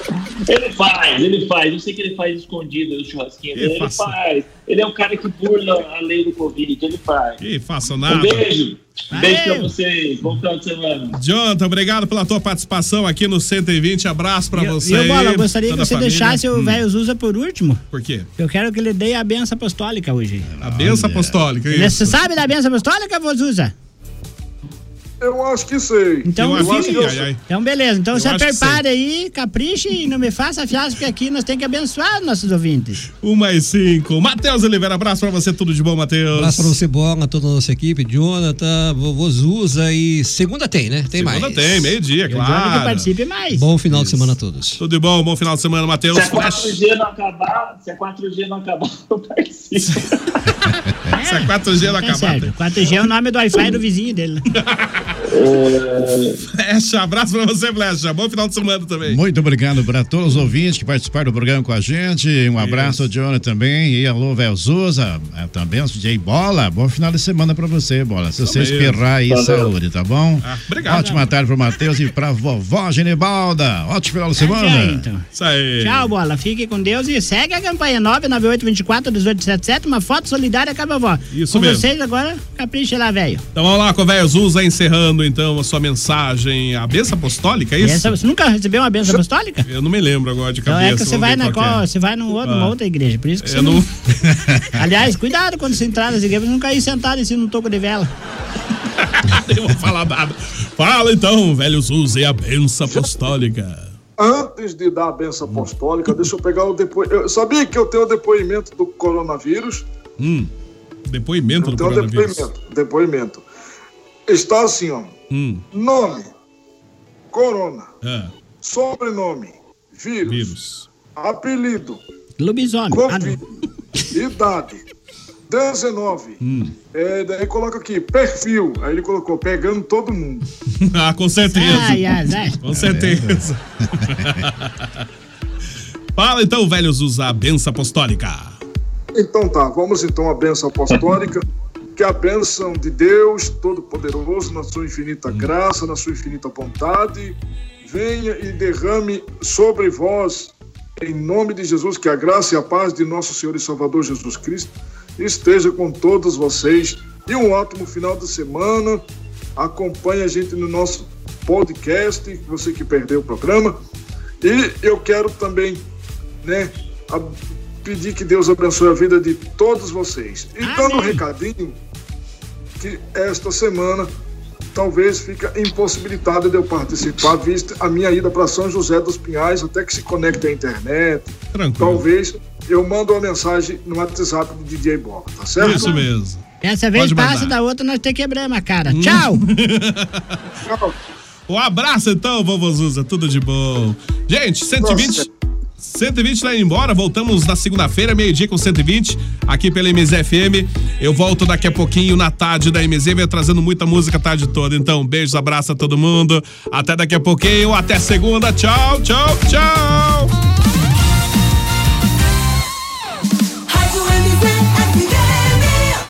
S14: Ele faz, ele faz. Eu sei que ele faz escondido no churrasquinho
S1: Ih,
S14: dele. Ele
S1: faça.
S14: faz. Ele é um cara que burla a lei do Covid. Ele faz.
S1: E façam nada.
S14: Um beijo. Um beijo pra
S1: Valeu.
S14: vocês. Bom final de semana.
S1: Jonathan, obrigado pela tua participação aqui no 120. Abraço pra você.
S10: E eu, Bola,
S1: aí,
S10: eu gostaria que
S1: toda a
S10: você
S1: família.
S10: deixasse o
S1: Hum,
S10: velho Zusa por último.
S1: Por quê?
S10: Eu quero que ele dê a benção apostólica hoje.
S1: A benção apostólica,
S10: Ele- é
S1: isso.
S10: Você sabe da benção apostólica, vô Zusa?
S13: Eu acho que sei.
S10: Então,
S13: eu acho
S10: sim.
S13: que eu sei.
S10: então beleza. Então
S13: Eu
S10: você
S13: acho que
S10: prepara aí, capricha e não me faça fiasco, porque aqui nós temos que abençoar os nossos ouvintes.
S1: Uma e um cinco. Matheus Oliveira, abraço pra você. Tudo de bom, Matheus?
S12: Abraço pra você, Bola, toda a nossa equipe, Jonathan, vovô Zuza e segunda tem, né? Tem mais.
S1: Segunda tem, meio-dia, claro.
S10: mais.
S12: Bom final de semana a todos.
S1: Tudo de bom, bom final de semana, Matheus.
S14: Se a 4G não acabar, se a 4G não acabar, eu participo.
S1: Se a 4G não
S10: Tá
S1: acabar.
S10: certo. 4G é o nome do Wi-Fi do vizinho dele. né?
S1: Flecha, abraço pra você, Flecha. Bom final de semana também.
S11: Muito obrigado para todos os ouvintes que participaram do programa com a gente. Um abraço ao Johnny também. E alô, Velzuza. É, Também ao DJ Bola. Bom final de semana para você, Bola. Se você
S1: Também.
S11: espirrar aí,
S1: Valeu. Ah,
S11: saúde, tá bom?
S1: obrigado. né,
S11: Ótima tarde pro Matheus e pra vovó Genibalda. Ótimo final de semana.
S10: aí, então.
S1: Isso aí.
S10: Tchau, bola. Fique com Deus e segue a campanha 998-24-1877. Uma foto solidária com a vovó.
S1: Isso
S10: com
S1: mesmo.
S10: vocês agora, capricha lá, velho.
S1: Então vamos lá com o velho Zuza encerrando então a sua mensagem. A benção apostólica, é isso?
S10: Benção- Você nunca recebeu uma benção apostólica?
S1: Eu não me lembro agora de
S10: Então
S1: cabeça.
S10: é que você
S1: vamos
S10: vai
S1: ver qual
S10: na
S1: que é.
S10: qual, você vai num outro,
S1: Ah.
S10: numa outra igreja, por isso que você
S1: Eu não...
S10: Aliás, cuidado quando você entrar nas igrejas, não cair sentado em cima de um toco de vela.
S1: <laughs> Eu vou falar nada. Fala então, velho Zuza, e a benção apostólica.
S13: Antes de dar a benção apostólica, deixa eu pegar o depoimento. Sabia que eu tenho o depoimento do coronavírus?
S1: Hum, depoimento do
S13: Então,
S1: coronavírus.
S13: depoimento, depoimento. Está assim, ó.
S1: Hum,
S13: Nome, corona.
S1: é,
S13: Sobrenome, vírus. Apelido,
S10: Lobisomem.
S13: Covid. idade, 19.
S1: hum.
S13: É, daí coloca aqui, perfil. Aí ele colocou, pegando todo mundo.
S1: ah, com certeza.
S13: Ai, azar. <laughs>
S1: Com certeza. Fala então, velho Zuza, a benção apostólica.
S13: Então tá, vamos então à bênção apostólica. Que a bênção de Deus Todo-Poderoso, na sua infinita graça, na sua infinita vontade, venha e derrame sobre vós, em nome de Jesus, que a graça e a paz de nosso Senhor e Salvador Jesus Cristo esteja com todos vocês. E um ótimo final de semana. Acompanhe a gente no nosso podcast, você que perdeu o programa. E eu quero também, né, a- pedir que Deus abençoe a vida de todos vocês. E dando um recadinho, que esta semana talvez fica impossibilitada de eu participar, visto a minha ida para São José dos Pinhais, até que se conecte à internet.
S1: Tranquilo.
S13: Talvez eu mando uma mensagem no WhatsApp do DJ Bola, tá certo?
S1: Isso mesmo.
S10: Dessa vez
S1: Pode mandar. Hum.
S10: passa, da outra nós te quebramos a cara. Tchau! <laughs>
S1: Um abraço então, vovô Zuza, tudo de bom. Gente, 120. 120 tá indo embora, voltamos na segunda-feira, meio-dia com 120, aqui pela MZFM. Eu volto daqui a pouquinho na tarde da MZ, venho trazendo muita música a tarde toda. Então, beijos, abraço a todo mundo. Até daqui a pouquinho, até segunda. Tchau, tchau, tchau.